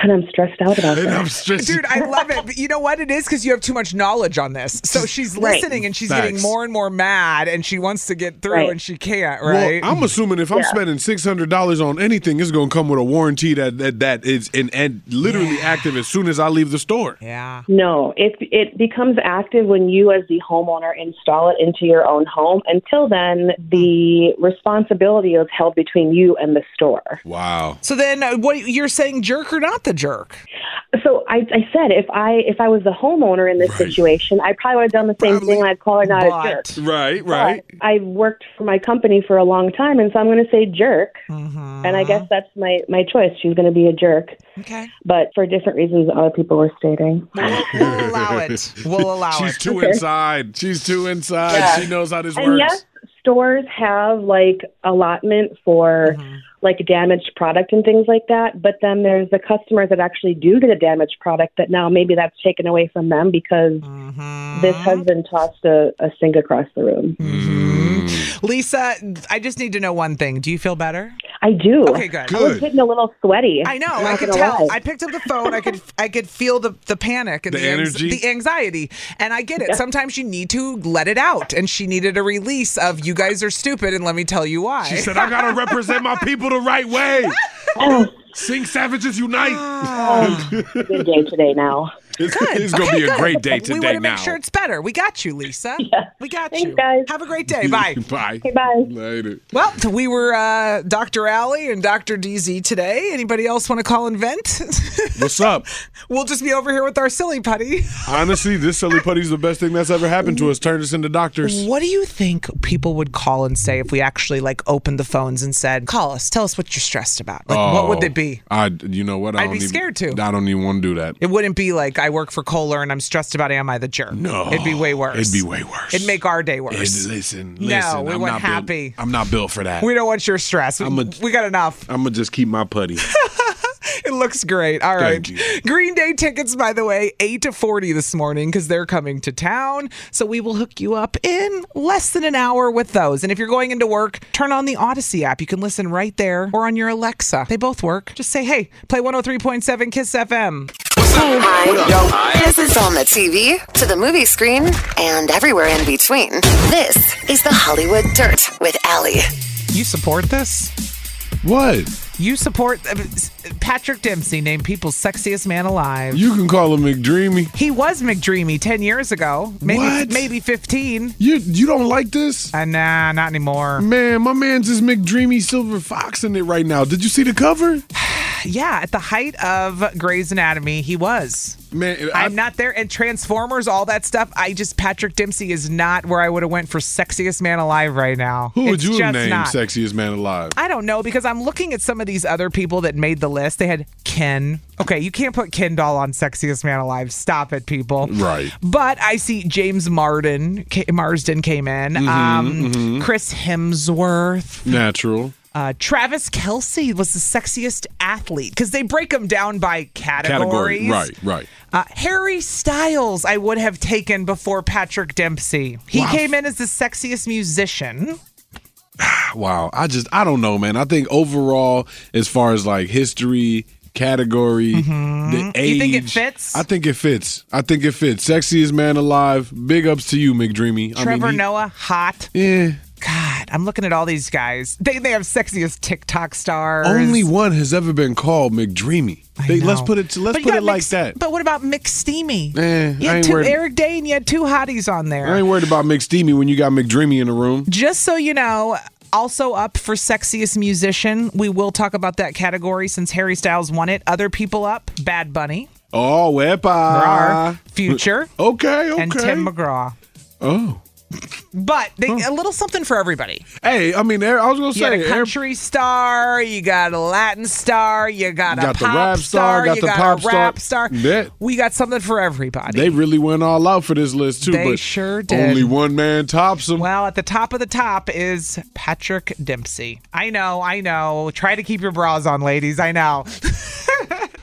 Speaker 18: and I'm stressed out about
Speaker 2: And
Speaker 18: that.
Speaker 2: I'm stressed.
Speaker 1: Dude, I love it. But you know what it is? Because you have too much knowledge on this. So she's
Speaker 18: Right.
Speaker 1: listening and she's getting
Speaker 2: Facts.
Speaker 1: more and more mad and she wants to get through
Speaker 18: Right.
Speaker 1: and she can't,
Speaker 2: Well,
Speaker 1: right?
Speaker 2: I'm assuming if I'm spending six hundred dollars on anything, it's gonna come with a warranty that that, that is and and literally active as soon as I leave the store.
Speaker 1: yeah.
Speaker 18: No, it it becomes active when you, as the homeowner, install it into your own home. Until then, the responsibility is held between you and the store.
Speaker 2: Wow.
Speaker 1: So then uh, what you're saying, jerk or not the jerk?
Speaker 18: So I, I said, if I if I was the homeowner in this situation, I probably would have done the same thing. I'd call her not a jerk.
Speaker 2: Right,
Speaker 18: But I worked for my company for a long time, and so I'm going to say jerk. And I guess that's my my choice. She's going to be a jerk,
Speaker 1: Okay.
Speaker 18: but for different reasons than other people were stating.
Speaker 1: We'll allow it. We'll allow
Speaker 2: She's
Speaker 1: it.
Speaker 2: too inside. She's too inside.
Speaker 18: Yeah.
Speaker 2: She knows how this
Speaker 18: And
Speaker 2: works.
Speaker 18: yes, stores have like allotment for
Speaker 1: Mm-hmm.
Speaker 18: like damaged product and things like that, but then there's the customers that actually do get a damaged product that now maybe that's taken away from them because
Speaker 1: Mm-hmm.
Speaker 18: this has been tossed a, a sink across the room.
Speaker 1: Lisa, I just need to know one thing. Do you feel better?
Speaker 18: I do.
Speaker 1: Okay, good.
Speaker 18: I was getting a little sweaty.
Speaker 1: I know.
Speaker 18: Not
Speaker 1: I could
Speaker 18: gonna
Speaker 1: tell.
Speaker 18: lie.
Speaker 1: I picked up the phone. I could. I could feel the the panic and
Speaker 2: The
Speaker 1: the, anx-
Speaker 2: energy?
Speaker 1: the anxiety. And I get it. Sometimes you need to let it out, and she needed a release of "You guys are stupid," and let me tell you why.
Speaker 2: She said, I gotta represent my people the right way. Sing Savages
Speaker 1: Oh.
Speaker 2: Unite.
Speaker 18: Good day today now.
Speaker 2: It's, it's gonna
Speaker 1: Okay,
Speaker 2: be a
Speaker 1: good.
Speaker 2: great day
Speaker 1: We
Speaker 2: today
Speaker 1: want to
Speaker 2: now.
Speaker 1: make sure it's better. We got you, Lisa. We got you. Have a great day. Bye.
Speaker 2: bye.
Speaker 18: bye.
Speaker 2: Later.
Speaker 1: Well, we were uh, Dr. Alley and Dr. DZ today. Anybody else want to call and vent?
Speaker 2: What's up?
Speaker 1: we'll just be over here with our silly putty.
Speaker 2: Honestly, this silly putty's the best thing that's ever happened to us. Turned us into doctors.
Speaker 1: What do you think people would call and say if we actually like opened the phones and said, "Call us, tell us what you're stressed about"? Like, what would
Speaker 2: Oh,
Speaker 1: it be?
Speaker 2: I, you know what? I
Speaker 1: I'd
Speaker 2: don't
Speaker 1: be
Speaker 2: even-
Speaker 1: scared to.
Speaker 2: I don't even want to do that.
Speaker 1: It wouldn't be like I work for Kohler and I'm stressed about am I the jerk?
Speaker 2: No,
Speaker 1: it'd be way worse.
Speaker 2: It'd be way worse.
Speaker 1: It'd make our day worse.
Speaker 2: Hey, listen,
Speaker 1: No,
Speaker 2: listen.
Speaker 1: we
Speaker 2: I'm
Speaker 1: want
Speaker 2: not
Speaker 1: happy.
Speaker 2: Built, I'm not built for that.
Speaker 1: we don't want your stress.
Speaker 2: I'm a-
Speaker 1: we got enough.
Speaker 2: I'm gonna just keep my putty.
Speaker 1: It looks great. All right.
Speaker 2: Thank
Speaker 1: Green Day tickets, by the way, 8 to 40 this morning because they're coming to town. So we will hook you up in less than an hour with those. And if you're going into work, turn on the Odyssey app. You can listen right there or on your Alexa. They both work. Just say, hey, play 103.7 Kiss FM.
Speaker 12: Hey, This is on the TV, to the movie screen, and everywhere in between. This is the Hollywood Dirt with Allie.
Speaker 1: You support this?
Speaker 2: What?
Speaker 1: You support uh, Patrick Dempsey, named people's sexiest man alive.
Speaker 2: You can call him McDreamy.
Speaker 1: He was McDreamy 10 years ago, maybe,
Speaker 2: What?
Speaker 1: maybe 15.
Speaker 2: You you don't like this?
Speaker 1: Uh, nah, not anymore.
Speaker 2: Man, my man's is McDreamy Silver Fox in it right now. Did you see the cover?
Speaker 1: Yeah, at the height of Grey's Anatomy, he was.
Speaker 2: Man,
Speaker 1: I'm not there. And Transformers, all that stuff. I just Patrick Dempsey is not where I would have went for sexiest man alive right now.
Speaker 2: Who would
Speaker 1: It's
Speaker 2: you
Speaker 1: just
Speaker 2: have named
Speaker 1: not.
Speaker 2: sexiest man alive?
Speaker 1: I don't know because I'm looking at some of these other people that made the list. They had Ken. Okay, you can't put Ken doll on sexiest man alive. Stop it, people.
Speaker 2: Right.
Speaker 1: But I see James Marden, K- Marsden came in.
Speaker 2: Mhm,
Speaker 1: um,
Speaker 2: mhm.
Speaker 1: Chris Hemsworth.
Speaker 2: Natural.
Speaker 1: Uh, Travis Kelsey was the sexiest athlete because they break them down by categories.
Speaker 2: Category. Right, right.
Speaker 1: Uh, Harry Styles, I would have taken before Patrick Dempsey. He
Speaker 2: Wow.
Speaker 1: came in as the sexiest musician.
Speaker 2: Wow. I just I don't know, man. I think overall, as far as like history, category, the age.
Speaker 1: Mm-hmm. You think it fits?
Speaker 2: I think it fits. I think it fits. Sexiest man alive. Big ups to you, McDreamy. I
Speaker 1: Trevor
Speaker 2: mean, he-
Speaker 1: Noah, hot.
Speaker 2: Yeah.
Speaker 1: God, I'm looking at all these guys. They they have sexiest TikTok stars.
Speaker 2: Only one has ever been called McDreamy. They, let's
Speaker 1: know.
Speaker 2: put it let's
Speaker 1: But you
Speaker 2: put
Speaker 1: got
Speaker 2: it like
Speaker 1: mixed-
Speaker 2: that.
Speaker 1: But what about Mick Steamy?
Speaker 2: Eh,
Speaker 1: You
Speaker 2: I
Speaker 1: had
Speaker 2: ain't
Speaker 1: two
Speaker 2: worried.
Speaker 1: Eric Dane. You had two hotties on there.
Speaker 2: I ain't worried about McSteamy when you got McDreamy in the room.
Speaker 1: Just so you know, also up for sexiest musician. We will talk about that category since Harry Styles won it. Other people up: Bad Bunny,
Speaker 2: Oh, wepa.
Speaker 1: Rar, Future,
Speaker 2: Okay, okay.
Speaker 1: and Tim McGraw.
Speaker 2: Oh.
Speaker 1: But they, a little something for everybody.
Speaker 2: Hey, I mean, there- I was gonna
Speaker 1: You got
Speaker 2: say,
Speaker 1: a
Speaker 2: every-
Speaker 1: country star, you got a Latin star, you got,
Speaker 2: Got
Speaker 1: a
Speaker 2: the
Speaker 1: pop
Speaker 2: rap star, got
Speaker 1: you
Speaker 2: the
Speaker 1: got
Speaker 2: pop
Speaker 1: a
Speaker 2: star.
Speaker 1: rap star.
Speaker 2: That-
Speaker 1: We got something for everybody.
Speaker 2: they really went all out for this list too.
Speaker 1: They
Speaker 2: but
Speaker 1: sure did.
Speaker 2: Only one man tops them.
Speaker 1: well, at the top of the top is Patrick Dempsey. I know, I know. Try to keep your bras on, ladies. I know.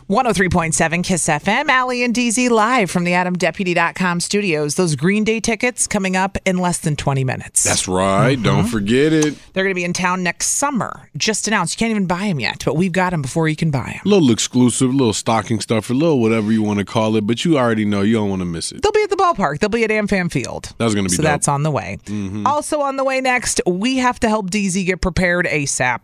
Speaker 1: 103.7 Kiss FM, Allie and DZ live from the AdamDeputy.com studios. Those Green Day tickets coming up in less than 20 minutes. Mm-hmm.
Speaker 2: That's right. Don't forget it.
Speaker 1: They're going to be in town next summer. Just announced. You can't even buy them yet, but we've got them before you can buy them.
Speaker 2: Little exclusive, little stocking stuff, a little whatever you want to call it, but you already know you don't want to miss it.
Speaker 1: They'll be at the ballpark. They'll be at AmFam Field.
Speaker 2: That's gonna be
Speaker 1: so
Speaker 2: dope.
Speaker 1: that's on the way.
Speaker 2: Mhm.
Speaker 1: Also on the way next, we have to help DZ get prepared ASAP.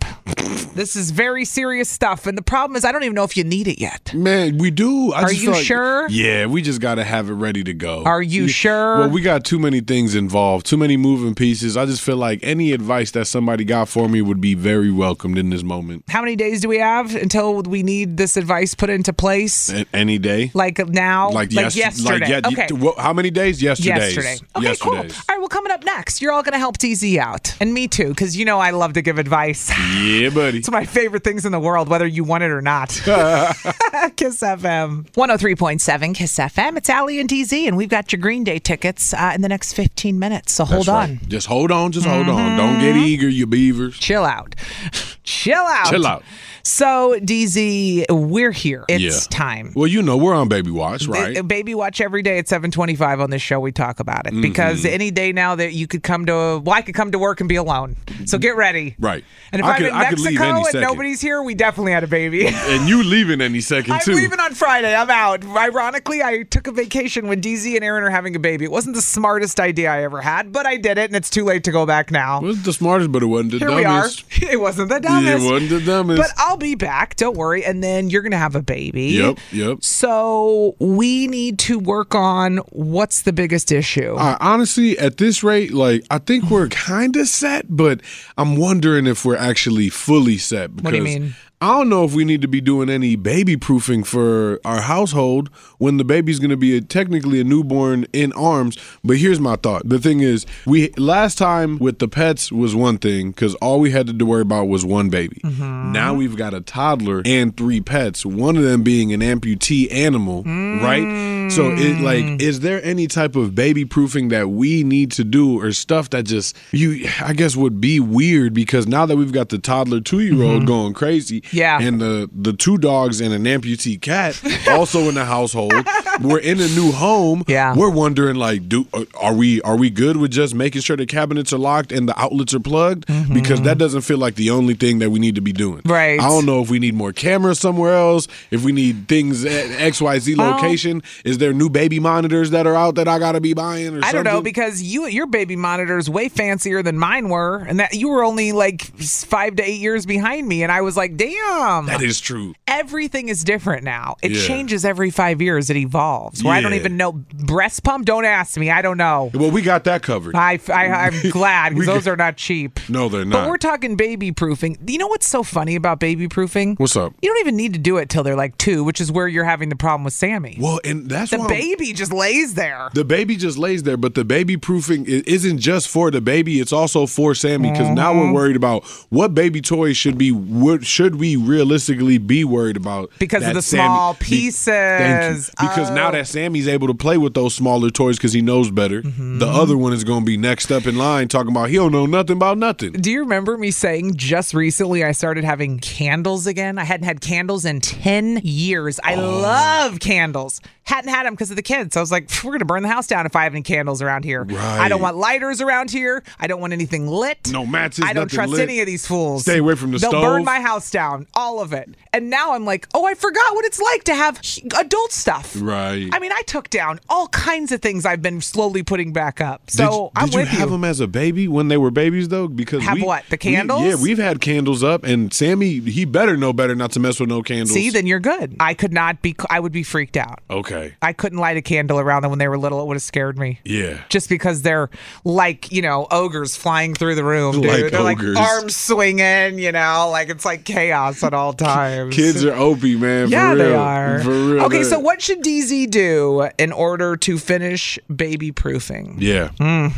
Speaker 1: this is very serious stuff, and the problem is I don't even know if you need it yet.
Speaker 2: Man, we do. I
Speaker 1: Are
Speaker 2: just
Speaker 1: you
Speaker 2: feel like-
Speaker 1: sure?
Speaker 2: Yeah, we just got to have it ready to go.
Speaker 1: Are you sure?
Speaker 2: Well, we got too many things involved, too many moving pieces. I just feel like any advice that somebody got for me would be very welcomed in this moment.
Speaker 1: How many days do we have until we need this advice put into place?
Speaker 2: A- any day.
Speaker 1: Oh, Like now,
Speaker 2: Like, yes-
Speaker 1: yesterday.
Speaker 2: Like ye-
Speaker 1: okay.
Speaker 2: wh- how many days? Yesterday's.
Speaker 1: Yesterday. Okay, cool. All
Speaker 2: Yesterday's.
Speaker 1: right, well, coming up next, you're all going to help DZ out. And me too, because you know I love to give advice.
Speaker 2: Yeah, buddy.
Speaker 1: It's one of my favorite things in the world, whether you want it or not. Kiss FM. 103.7 Kiss FM. It's Allie and DZ, and we've got your Green Day tickets uh, in the next 15 minutes. So hold
Speaker 2: That's right.
Speaker 1: on. Mm-hmm.
Speaker 2: Just hold on. Just hold on. Don't get eager, you beavers.
Speaker 1: Chill out. Chill out.
Speaker 2: Chill out.
Speaker 1: So, DZ, we're here. It's time.
Speaker 2: Well, you know we're on baby watch, Oh, right?
Speaker 1: Th- Baby watch every day at 725 on this show. We talk about it because
Speaker 2: Mhm.
Speaker 1: any day now that you could come to, well, I could come to work and be alone. So get ready.
Speaker 2: right.
Speaker 1: And if
Speaker 2: I
Speaker 1: am
Speaker 2: could,
Speaker 1: in
Speaker 2: I could leave
Speaker 1: Mexico
Speaker 2: any
Speaker 1: and
Speaker 2: second.
Speaker 1: nobody's here, we definitely had a baby.
Speaker 2: and you leaving any second
Speaker 1: I'm
Speaker 2: too.
Speaker 1: leaving on Friday. I'm out. Ironically, I took a vacation when DZ and Aaron are having a baby. It wasn't the smartest idea I ever had, but I did it, and it's too late to go back now.
Speaker 2: was the smartest, but it wasn't the
Speaker 1: Here
Speaker 2: dumbest.
Speaker 1: we are. It wasn't the
Speaker 2: It
Speaker 1: dumbest.
Speaker 2: wasn't the dumbest.
Speaker 1: But I'll be back. Don't worry. And then you're going to have a baby.
Speaker 2: Yep, yep.
Speaker 1: So we need to work on what's the biggest issue. Mm.
Speaker 2: I, honestly, at this rate, like I think we're kind of set, but I'm wondering if we're actually fully set. Because
Speaker 1: What do you mean?
Speaker 2: I don't know if we need to be doing any baby proofing for our household when the baby's going to be a, technically a newborn in arms. But here's my thought: the thing is, we last time with the pets was one thing because all we had to worry about was one baby.
Speaker 1: Mm-hmm.
Speaker 2: Now we've got a toddler and three pets, one of them being an amputee animal, right? So it like is there any type of baby proofing that we need to do or stuff that just you I guess would be weird because now that we've got the toddler 2-year-old going crazy
Speaker 1: Yeah.
Speaker 2: and the the two dogs and an amputee cat also in the household, we're in a new home. Yeah. We're wondering like do uh, are we are we good with just making sure the cabinets are locked and the outlets are plugged because that doesn't feel like the only thing that we need to be doing.
Speaker 1: Mm-hmm. Right.
Speaker 2: I don't know if we need more cameras somewhere else, if we need things at XYZ
Speaker 1: Well-
Speaker 2: location. Is there new baby monitors that are out that I got to be buying or
Speaker 1: I don't
Speaker 2: something?
Speaker 1: know because you your baby monitor is way fancier than mine were, and that you were only like five to eight years behind me, and I was like, damn.
Speaker 2: That is true.
Speaker 1: Everything is different now. It
Speaker 2: Yeah.
Speaker 1: changes every five years. It evolves. Where I don't
Speaker 2: Yeah.
Speaker 1: even know breast pump. Don't ask me. I don't know.
Speaker 2: Well, we got that covered.
Speaker 1: I, I am glad because those are not cheap.
Speaker 2: No, they're
Speaker 1: But
Speaker 2: not.
Speaker 1: we're talking baby proofing. You know what's so funny about baby proofing?
Speaker 2: What's up?
Speaker 1: You don't even need to do it till they're like two, which is where you're having the problem with Sammy.
Speaker 2: Well, and that's
Speaker 1: the
Speaker 2: why I'm-
Speaker 1: baby just lays there.
Speaker 2: The baby just lays there, but the baby proofing i- isn't just for the baby; it's also for Sammy. Because now
Speaker 1: Mm-hmm.
Speaker 2: we're worried about what baby toys should be. What should we realistically be worried about?
Speaker 1: Because of
Speaker 2: that
Speaker 1: the small
Speaker 2: be- thank you.
Speaker 1: pieces. Uh, Oh.
Speaker 2: Because now that Sammy's able to play with those smaller toys because he knows better,
Speaker 1: Mm-hmm.
Speaker 2: the other one is going to be next up in line talking about he don't know nothing about nothing.
Speaker 1: Do you remember me saying just recently I started having candles again? I hadn't had candles in 10 years. I
Speaker 2: Oh.
Speaker 1: love candles. Hadn't had them because of the kids. I was like, we're going to burn the house down if I have any candles around here. I
Speaker 2: Right.
Speaker 1: don't want lighters around here. I don't want anything lit.
Speaker 2: No matches.
Speaker 1: I don't
Speaker 2: nothing
Speaker 1: trust
Speaker 2: lit.
Speaker 1: any of these fools.
Speaker 2: Stay away from the
Speaker 1: They'll
Speaker 2: stove.
Speaker 1: burn my house down, all of it. And now I'm like, oh, I forgot what it's like to have h- adult stuff.
Speaker 2: right.
Speaker 1: I mean, I took down all kinds of things I've been slowly putting back up. So
Speaker 2: did,
Speaker 1: I'm
Speaker 2: did you
Speaker 1: with
Speaker 2: have them as a baby when they were babies though? Because
Speaker 1: Have
Speaker 2: we-
Speaker 1: what, the
Speaker 2: we-
Speaker 1: candles?
Speaker 2: yeah, we've had candles up, and Sammy he better know better not to mess with no candles.
Speaker 1: See, then you're good. I could not be. I would be freaked out.
Speaker 2: okay,
Speaker 1: I couldn't light a candle around them when they were little. It would have scared me.
Speaker 2: yeah.
Speaker 1: Just because they're like, you know, ogres flying through the room, dude.
Speaker 2: Like
Speaker 1: they're
Speaker 2: ogres.
Speaker 1: like arms swinging, you know, like it's like chaos at all times.
Speaker 2: Kids are opie, man. for
Speaker 1: yeah, they
Speaker 2: real.
Speaker 1: are.
Speaker 2: For real.
Speaker 1: okay,
Speaker 2: they-
Speaker 1: so what should DZ do in order to finish baby proofing?
Speaker 2: Yeah.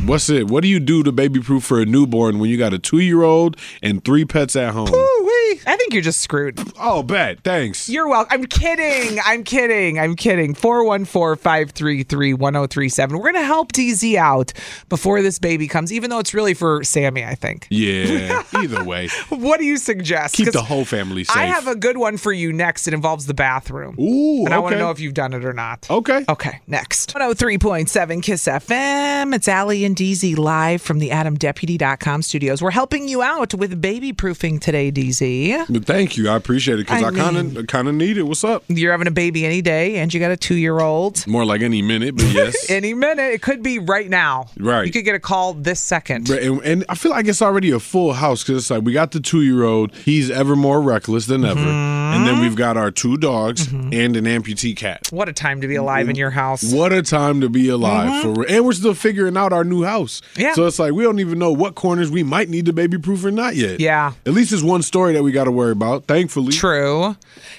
Speaker 2: What's it? What do you do to baby proof for a newborn when you got a two year old and three pets at home?
Speaker 1: I think you're just screwed.
Speaker 2: Oh, bet. Thanks.
Speaker 1: You're welcome. I'm kidding. I'm kidding. I'm kidding. 414 533 1037. We're going to help DZ out before this baby comes, even though it's really for Sammy, I think.
Speaker 2: Yeah. Either way,
Speaker 1: What do you suggest?
Speaker 2: keep
Speaker 1: 'Cause
Speaker 2: the whole family safe.
Speaker 1: I have a good one for you next. It involves the bathroom.
Speaker 2: Ooh,
Speaker 1: and I want to
Speaker 2: okay.
Speaker 1: know if you've done it or not.
Speaker 2: Okay.
Speaker 1: Okay, next. 103.7 Kiss FM. It's Allie and DZ live from the AdamDeputy.com studios. We're helping you out with baby proofing today, DZ.
Speaker 2: But thank you. I appreciate it because
Speaker 1: I
Speaker 2: I kind of kind of need it. What's up?
Speaker 1: You're having a baby any day, and you got a two year old.
Speaker 2: More like any minute, but yes.
Speaker 1: Any minute. It could be right now.
Speaker 2: Right.
Speaker 1: You could get a call this second.
Speaker 2: Right, and, and I feel like it's already a full house because it's like we got the two year old. He's ever more reckless than ever. And then we've got our two dogs and an amputee cat.
Speaker 1: What a time to be alive in your house. Uh-huh.
Speaker 2: What a time to be alive for real. And we're still figuring out our new house.
Speaker 1: Mm-hmm. Yeah.
Speaker 2: So it's like we don't even know what corners we might need to baby proof or not yet.
Speaker 1: Yeah.
Speaker 2: At least it's one story that we got to worry about, thankfully.
Speaker 1: True.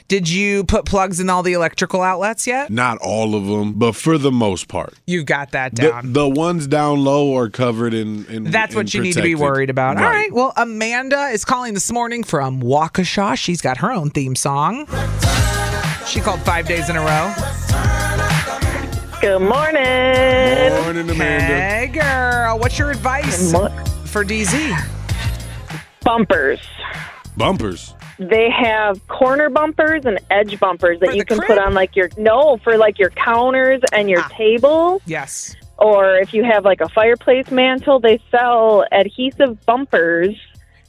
Speaker 1: Did you put plugs in all the electrical outlets yet?
Speaker 2: Not all of them, but for the most part.
Speaker 1: You've got that
Speaker 2: The,
Speaker 1: down.
Speaker 2: the ones down low are covered in. in
Speaker 1: That's what
Speaker 2: and
Speaker 1: you need to be
Speaker 2: protected.
Speaker 1: worried about. All right. Well, Amanda is calling this morning from Waukesha. She's got her own theme song. She called five days in a row.
Speaker 19: Good morning.
Speaker 2: Morning, Amanda.
Speaker 1: Hey, girl. What's your advice for DZ?
Speaker 19: Bumpers.
Speaker 2: Bumpers.
Speaker 19: They have corner bumpers and edge bumpers that you can put on like your no for like your counters and your table.
Speaker 1: Yes.
Speaker 19: Or if you have like a fireplace mantle, they sell adhesive bumpers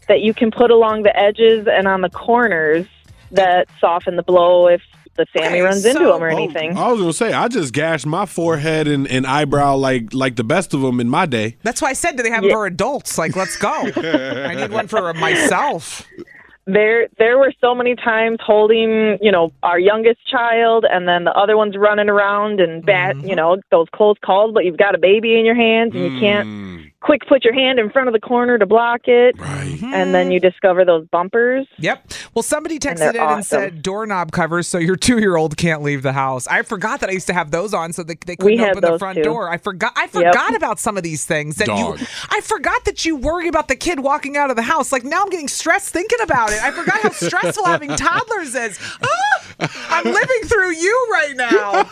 Speaker 19: that you can put along the edges and on the corners that soften the blow if the family runs into 'em into them or anything.
Speaker 2: Oh, I was gonna say I just gashed my forehead and, and eyebrow like like the best of them in my day.
Speaker 1: That's why I said, do they have them for adults? Like, let's go. I need one for myself.
Speaker 19: there there were so many times holding you know our youngest child and then the other one's running around and bat
Speaker 1: Mm-hmm.
Speaker 19: you know those close calls but you've got a baby in your hands and you
Speaker 1: Mm.
Speaker 19: can't quick put your hand in front of the corner to block it and then you discover those bumpers
Speaker 1: Yep. Well, somebody
Speaker 19: And
Speaker 1: texted
Speaker 19: they're
Speaker 1: in
Speaker 19: awesome.
Speaker 1: and said doorknob covers so your two year old can't leave the house. I forgot that I used to have those on so they, they
Speaker 19: We
Speaker 1: couldn't
Speaker 19: had
Speaker 1: open the
Speaker 19: those
Speaker 1: front
Speaker 19: too.
Speaker 1: door. I forgot I
Speaker 19: Yep.
Speaker 1: forgot about some of these things that
Speaker 2: Dog.
Speaker 1: you I forgot that you worry about the kid walking out of the house. Like now I'm getting stressed thinking about it. I forgot how stressful having toddlers is. Ah! I'm living through you right now.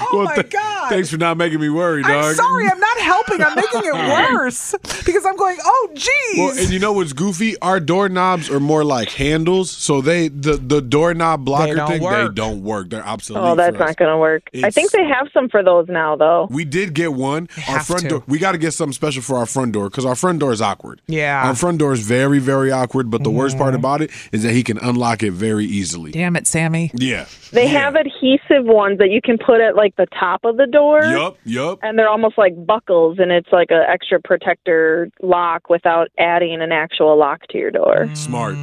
Speaker 2: Oh my god! Thanks for not making me worry, dog.
Speaker 1: I'm sorry, I'm not helping. I'm making it worse because I'm going, "Oh geez."
Speaker 2: Well, and you know what's goofy? Our doorknobs are more like handles, so they the the doorknob blocker
Speaker 19: don't
Speaker 2: thing
Speaker 19: work.
Speaker 2: they don't work. They're obsolete.
Speaker 19: oh that's
Speaker 2: for us.
Speaker 19: not going to work i
Speaker 2: It's-
Speaker 19: think they have some for those now though
Speaker 2: We did get one. Our
Speaker 19: have
Speaker 2: front
Speaker 19: to.
Speaker 2: door. We got to get something special for our front door because our front door is awkward.
Speaker 1: Yeah.
Speaker 2: Our front door is very, very awkward. But the worst part about it is that he can unlock it very easily.
Speaker 1: Damn it, Sammy.
Speaker 2: Yeah.
Speaker 19: they have adhesive ones that you can put at like the top of the door
Speaker 2: Yup. Yup.
Speaker 19: and they're almost like buckles and it's like a extra protector lock without adding an actual lock to your door
Speaker 2: smart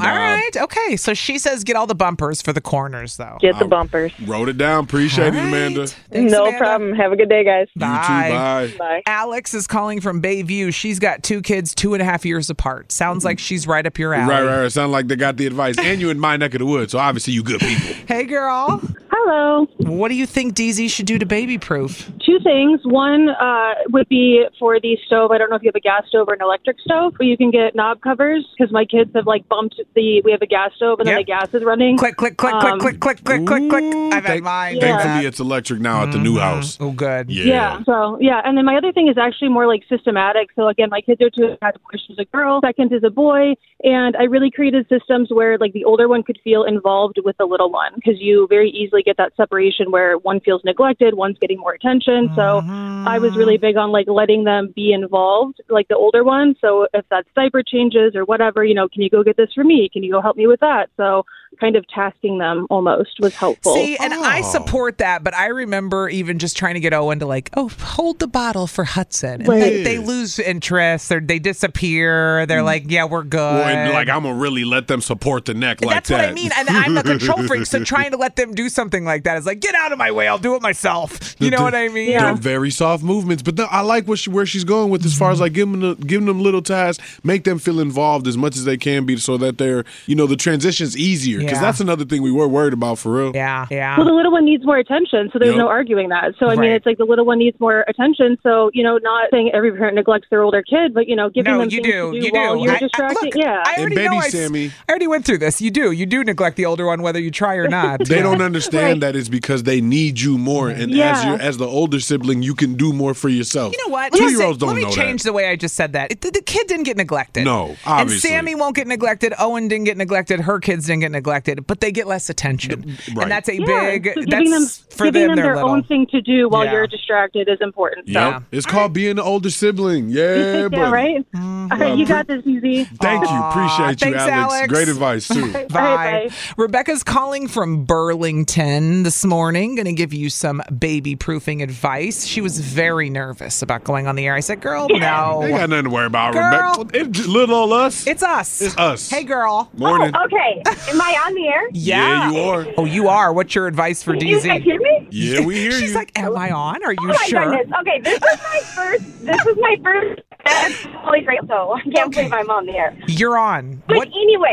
Speaker 1: All right. Okay. So she says get all the bumpers for the corners, though.
Speaker 19: Get the bumpers.
Speaker 2: Wrote it down. Appreciate it,
Speaker 1: All
Speaker 2: Amanda.
Speaker 19: no problem have a good day guys
Speaker 1: Bye.
Speaker 2: Bye.
Speaker 1: Alex is calling from Bayview. She's got two kids, two and a half years apart. Sounds like she's right up your alley.
Speaker 2: Right, right, right. Sound like they got the advice. And you in my neck of the woods, so obviously you good people.
Speaker 1: Hey, girl.
Speaker 20: Hello.
Speaker 1: What do you think DZ should do to baby proof?
Speaker 20: Two things. One uh, would be for the stove. I don't know if you have a gas stove or an electric stove, but you can get knob covers because my kids have like bumped the. We have a gas stove and then the gas is running. Um, Click,
Speaker 1: click, click,
Speaker 19: Um,
Speaker 1: click, click, click, click, click. I've had mine.
Speaker 2: Thankfully, it's electric now at the new house.
Speaker 1: Oh, good.
Speaker 2: Yeah.
Speaker 20: So yeah, and then my other thing is actually more like systematic. So again, my kids are two and a half. First is a girl, second is a boy, and I really created systems where like the older one could feel involved with the little one because you very easily get that separation where one feels neglected, one's getting more attention. So I was really big on like letting them be involved, like the older one. So if that's diaper changes or whatever, you know, can you go get this for me? Can you go help me with that? So kind of tasking them almost was helpful.
Speaker 1: See, and I support that, but I remember even just trying to get Owen to like, oh, hold the bottle for Hudson. And they,
Speaker 2: Right.
Speaker 1: they lose interest. Or they disappear. They're like, yeah, we're good.
Speaker 2: Mm. Well, and, like I'm gonna really let them support the neck like
Speaker 1: That's
Speaker 2: that.
Speaker 1: what I mean. And I'm a control freak, so trying to let them do something like that is like, get out of my way. I'll do it myself. You know what I mean?
Speaker 2: They're very soft movements, but no, I like what she, where she's going with as far as like giving them, giving them little tasks, make them feel involved as much as they can be, so that they're you know the transition's easier. Because
Speaker 20: Yeah.
Speaker 2: that's another thing we were worried about for real.
Speaker 1: Yeah, yeah.
Speaker 20: Well, the little one needs more attention, so there's
Speaker 2: Yep.
Speaker 20: no arguing that. So I mean,
Speaker 2: Right.
Speaker 20: it's like the little one needs more attention. So you know, not saying every parent neglects their older kid, but you know, giving
Speaker 1: No,
Speaker 20: them
Speaker 1: you
Speaker 20: things
Speaker 1: do.
Speaker 20: to do
Speaker 1: You
Speaker 20: while
Speaker 1: do.
Speaker 20: you're
Speaker 1: I- I-
Speaker 20: distracted. yeah,
Speaker 1: I already know I s- I already went through this. You do. You do neglect the older one, whether you try or not.
Speaker 2: They don't understand that it's because they need you more, and as
Speaker 1: Yeah.
Speaker 2: you as the older sibling, you can do more for yourself.
Speaker 1: You know what?
Speaker 2: Two
Speaker 1: Listen,
Speaker 2: year olds don't
Speaker 1: let me
Speaker 2: know
Speaker 1: change the way I just said that. It- the, the kid didn't get neglected.
Speaker 2: No,
Speaker 1: And
Speaker 2: obviously.
Speaker 1: Sammy won't get neglected. Owen didn't get neglected. Her kids didn't get neglected, but they get less attention.
Speaker 2: right.
Speaker 1: And that's a
Speaker 20: Yeah,
Speaker 1: big.
Speaker 20: so
Speaker 1: that's
Speaker 20: giving them
Speaker 1: for
Speaker 20: giving
Speaker 1: them.
Speaker 20: them,
Speaker 1: they're
Speaker 20: their
Speaker 1: little.
Speaker 20: own thing to do while
Speaker 1: Yeah.
Speaker 20: you're distracted is important.
Speaker 2: that. Yep. It's called being the older sibling. Yeah,
Speaker 20: So.
Speaker 2: buddy.
Speaker 20: yeah, right. All right, you got this, easy.
Speaker 2: Thank you. Appreciate you,
Speaker 20: thanks, Alex.
Speaker 2: Great advice too.
Speaker 1: Bye. Rebecca's calling from Burlington this morning, going to give you some baby proofing advice. She was very nervous about going on the air. I said, Girl, no.
Speaker 2: Ain't got nothing to worry about,
Speaker 1: Girl.
Speaker 2: Rebecca. It's little old us.
Speaker 1: It's us.
Speaker 2: It's us.
Speaker 1: Hey, girl.
Speaker 2: Morning.
Speaker 15: Oh, okay. Am I on the air?
Speaker 1: Yeah.
Speaker 2: you are.
Speaker 1: Oh, you are. What's your advice for
Speaker 15: Can
Speaker 1: DZ?
Speaker 15: you guys hear me?
Speaker 2: Yeah, we hear
Speaker 1: She's
Speaker 2: you.
Speaker 1: like, Am I on? Are you
Speaker 15: oh my
Speaker 1: sure?
Speaker 15: goodness. Okay, this is my first. This is my first. That's Holy Grail. So I can't believe I'm on the air.
Speaker 1: You're on.
Speaker 15: But anyway,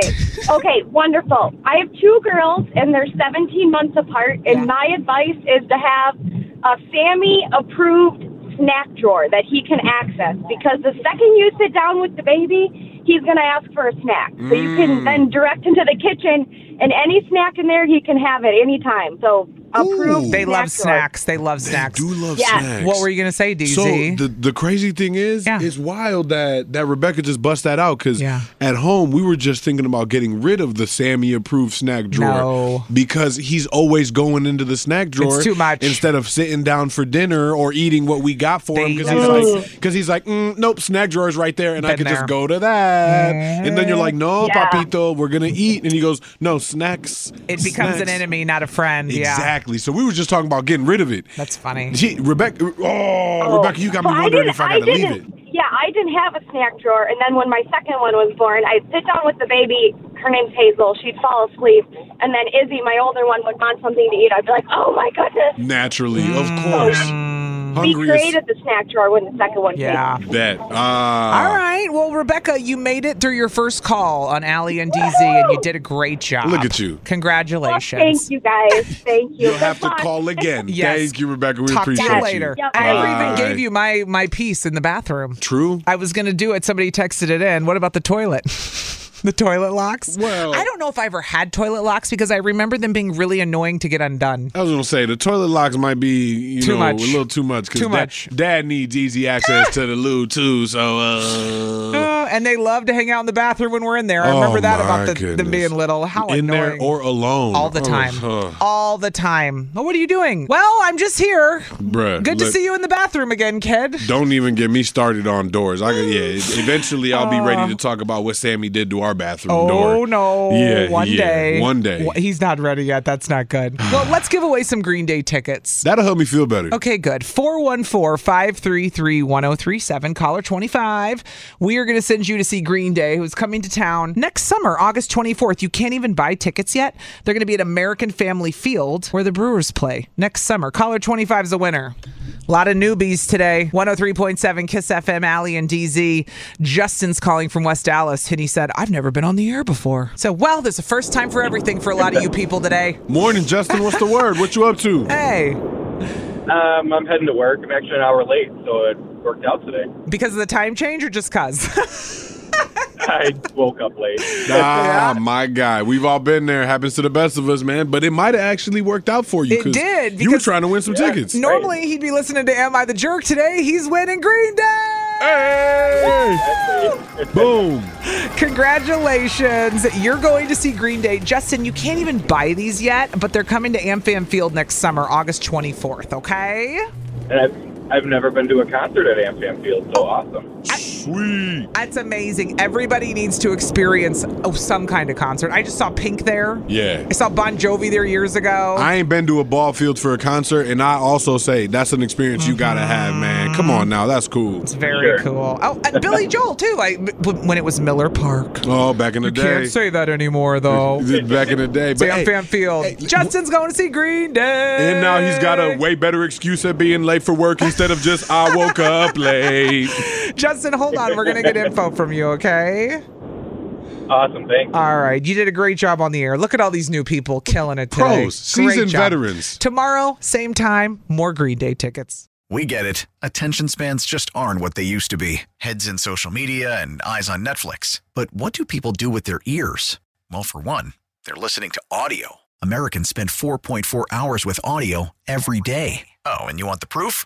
Speaker 15: okay, wonderful. I have two girls, and they're 17 months apart. And my advice is to have a Sammy-approved snack drawer that he can access because the second you sit down with the baby,
Speaker 21: he's going to ask for a snack. So you can then direct him to the kitchen, and any snack in there, he can have it anytime. So approved.
Speaker 1: They love
Speaker 21: snack
Speaker 1: snacks. They love snacks. do
Speaker 21: love Yes. snacks.
Speaker 1: What were you gonna say, DZ?
Speaker 2: So the, the crazy thing is, it's wild that that Rebecca just bust that out because at home we were just thinking about getting rid of the Sammy approved snack drawer
Speaker 1: No.
Speaker 2: because he's always going into the snack drawer
Speaker 1: too much.
Speaker 2: instead of sitting down for dinner or eating what we got for him because he's
Speaker 1: Ugh.
Speaker 2: like because he's like mm, nope snack drawer is right there and I
Speaker 1: Been
Speaker 2: could
Speaker 1: there.
Speaker 2: just go to that and then you're like no
Speaker 1: Yeah.
Speaker 2: papito we're gonna eat and he goes no snacks
Speaker 1: it becomes an enemy, not a friend. Yeah.
Speaker 2: Exactly. So we were just talking about getting rid of it.
Speaker 1: That's funny.
Speaker 2: Rebecca, oh, Rebecca, you got me
Speaker 21: Well, I
Speaker 2: wondering
Speaker 21: didn't-
Speaker 2: if I got to leave it.
Speaker 21: didn't- Yeah, I didn't have a snack drawer, and then when my second one was born, I'd sit down with the baby. Her name's Hazel. She'd fall asleep, and then Izzy, my older one, would want something to eat. I'd be like, "Oh my goodness!"
Speaker 2: Naturally,
Speaker 1: Mm.
Speaker 2: of course.
Speaker 21: We
Speaker 2: Hungry as
Speaker 21: created the snack drawer when the second one
Speaker 1: Yeah.
Speaker 2: that.
Speaker 1: All
Speaker 2: Ah.
Speaker 1: right. Well, Rebecca, you made it through your first call on Allie and DZ, and you did a great job.
Speaker 2: Look at you.
Speaker 1: Congratulations.
Speaker 21: Thank you guys. Thank you.
Speaker 2: You'll have to call again.
Speaker 1: Yes.
Speaker 2: Thank you, Rebecca. We
Speaker 1: Talk
Speaker 2: appreciate
Speaker 1: to you later. I never even gave you my my piece in the bathroom.
Speaker 2: True.
Speaker 1: I was gonna do it. Somebody texted it in. What about the toilet? the toilet locks.
Speaker 2: Well,
Speaker 1: I don't know if I ever had toilet locks because I remember them being really annoying to get undone.
Speaker 2: I was gonna say the toilet locks might be you
Speaker 1: Too
Speaker 2: know
Speaker 1: much.
Speaker 2: a little too much
Speaker 1: Too
Speaker 2: because
Speaker 1: much.
Speaker 2: dad needs easy access to the loo too. So uh,
Speaker 1: Uh, and they love to hang out in the bathroom when we're in there. I
Speaker 2: Oh,
Speaker 1: remember that
Speaker 2: my
Speaker 1: about the, them
Speaker 2: goodness.
Speaker 1: being little. How
Speaker 2: in
Speaker 1: annoying.
Speaker 2: there or alone Oh,
Speaker 1: All the time.
Speaker 2: Ugh,
Speaker 1: all the time. Oh, what are you doing? Well, I'm just here.
Speaker 2: bruh,
Speaker 1: Good to
Speaker 2: look.
Speaker 1: see you in the bathroom again, kid.
Speaker 2: Don't even get me started on doors. I could, yeah. Eventually, I'll be ready to talk about what Sammy did to our bathroom door.
Speaker 1: Um, Oh no!
Speaker 2: Yeah,
Speaker 1: one
Speaker 2: yeah,
Speaker 1: day.
Speaker 2: one day.
Speaker 1: Wh- He's not ready yet. That's not good. well, let's give away some Green Day tickets.
Speaker 2: That'll help me feel better.
Speaker 1: Okay, good. 414-533-1037, caller 25. We are going to send you to see Green Day, who's coming to town next summer, August 24th. You can't even buy tickets yet. They're going to be at American Family Field, where the Brewers play next summer. Caller 25 is a winner. A lot of newbies today. 103.7 Kiss FM, Allie and DZ. Justin's calling from West Dallas, and he said, I've never been on the air before. So, well, there's a first time for everything for a lot of you people today.
Speaker 2: Morning, Justin. What's the word? What you up to?
Speaker 1: Hey.
Speaker 22: Um, I'm heading to work. I'm actually an hour late, so it worked out today.
Speaker 1: Because of the time change or just cause?
Speaker 22: I woke up late.
Speaker 2: Ah, my guy. We've all been there. Happens to the best of us, man. But it might have actually worked out for you.
Speaker 1: It
Speaker 2: 'cause
Speaker 1: did,
Speaker 2: You were
Speaker 1: because-
Speaker 2: trying to win some tickets.
Speaker 1: Normally he'd be listening to Am I the Jerk? Today he's winning Green Day.
Speaker 2: Boom.
Speaker 1: Congratulations. You're going to see Green Day. Justin, you can't even buy these yet, but they're coming to AmFam Field next summer, August 24th, okay?
Speaker 22: And I've, I've never been to a concert at AmFam Field, so awesome.
Speaker 2: Sweet.
Speaker 1: That's amazing. Everybody needs to experience oh, some kind of concert. I just saw Pink there.
Speaker 2: Yeah.
Speaker 1: I saw Bon Jovi there years ago.
Speaker 2: I ain't been to a ball field for a concert, and I also say that's an experience you gotta have, man. Come on now, that's cool. It's
Speaker 1: Mm-hmm. very cool. Oh, and Billy Joel too. I when it was Miller Park.
Speaker 2: Oh, back in the day.
Speaker 1: can't say that anymore though.
Speaker 2: back in the day,
Speaker 1: It's
Speaker 2: but hey,
Speaker 1: AmFam Field. Justin's going to see Green Day.
Speaker 2: and now he's got a way better excuse at being late for work instead of just I woke up late.
Speaker 1: Justin, hold on. We're going to get info from you, okay?
Speaker 22: Awesome. Thanks.
Speaker 1: All right. You did a great job on the air. Look at all these new people killing it today.
Speaker 8: Pros,
Speaker 1: Great
Speaker 8: seasoned
Speaker 1: job.
Speaker 8: veterans.
Speaker 1: Tomorrow, same time, more Green Day tickets.
Speaker 8: We get it. Attention spans just aren't what they used to be heads in social media and eyes on Netflix. But what do people do with their ears? Well, for one, they're listening to audio. Americans spend 4.4 hours with audio every day. Oh, and you want the proof?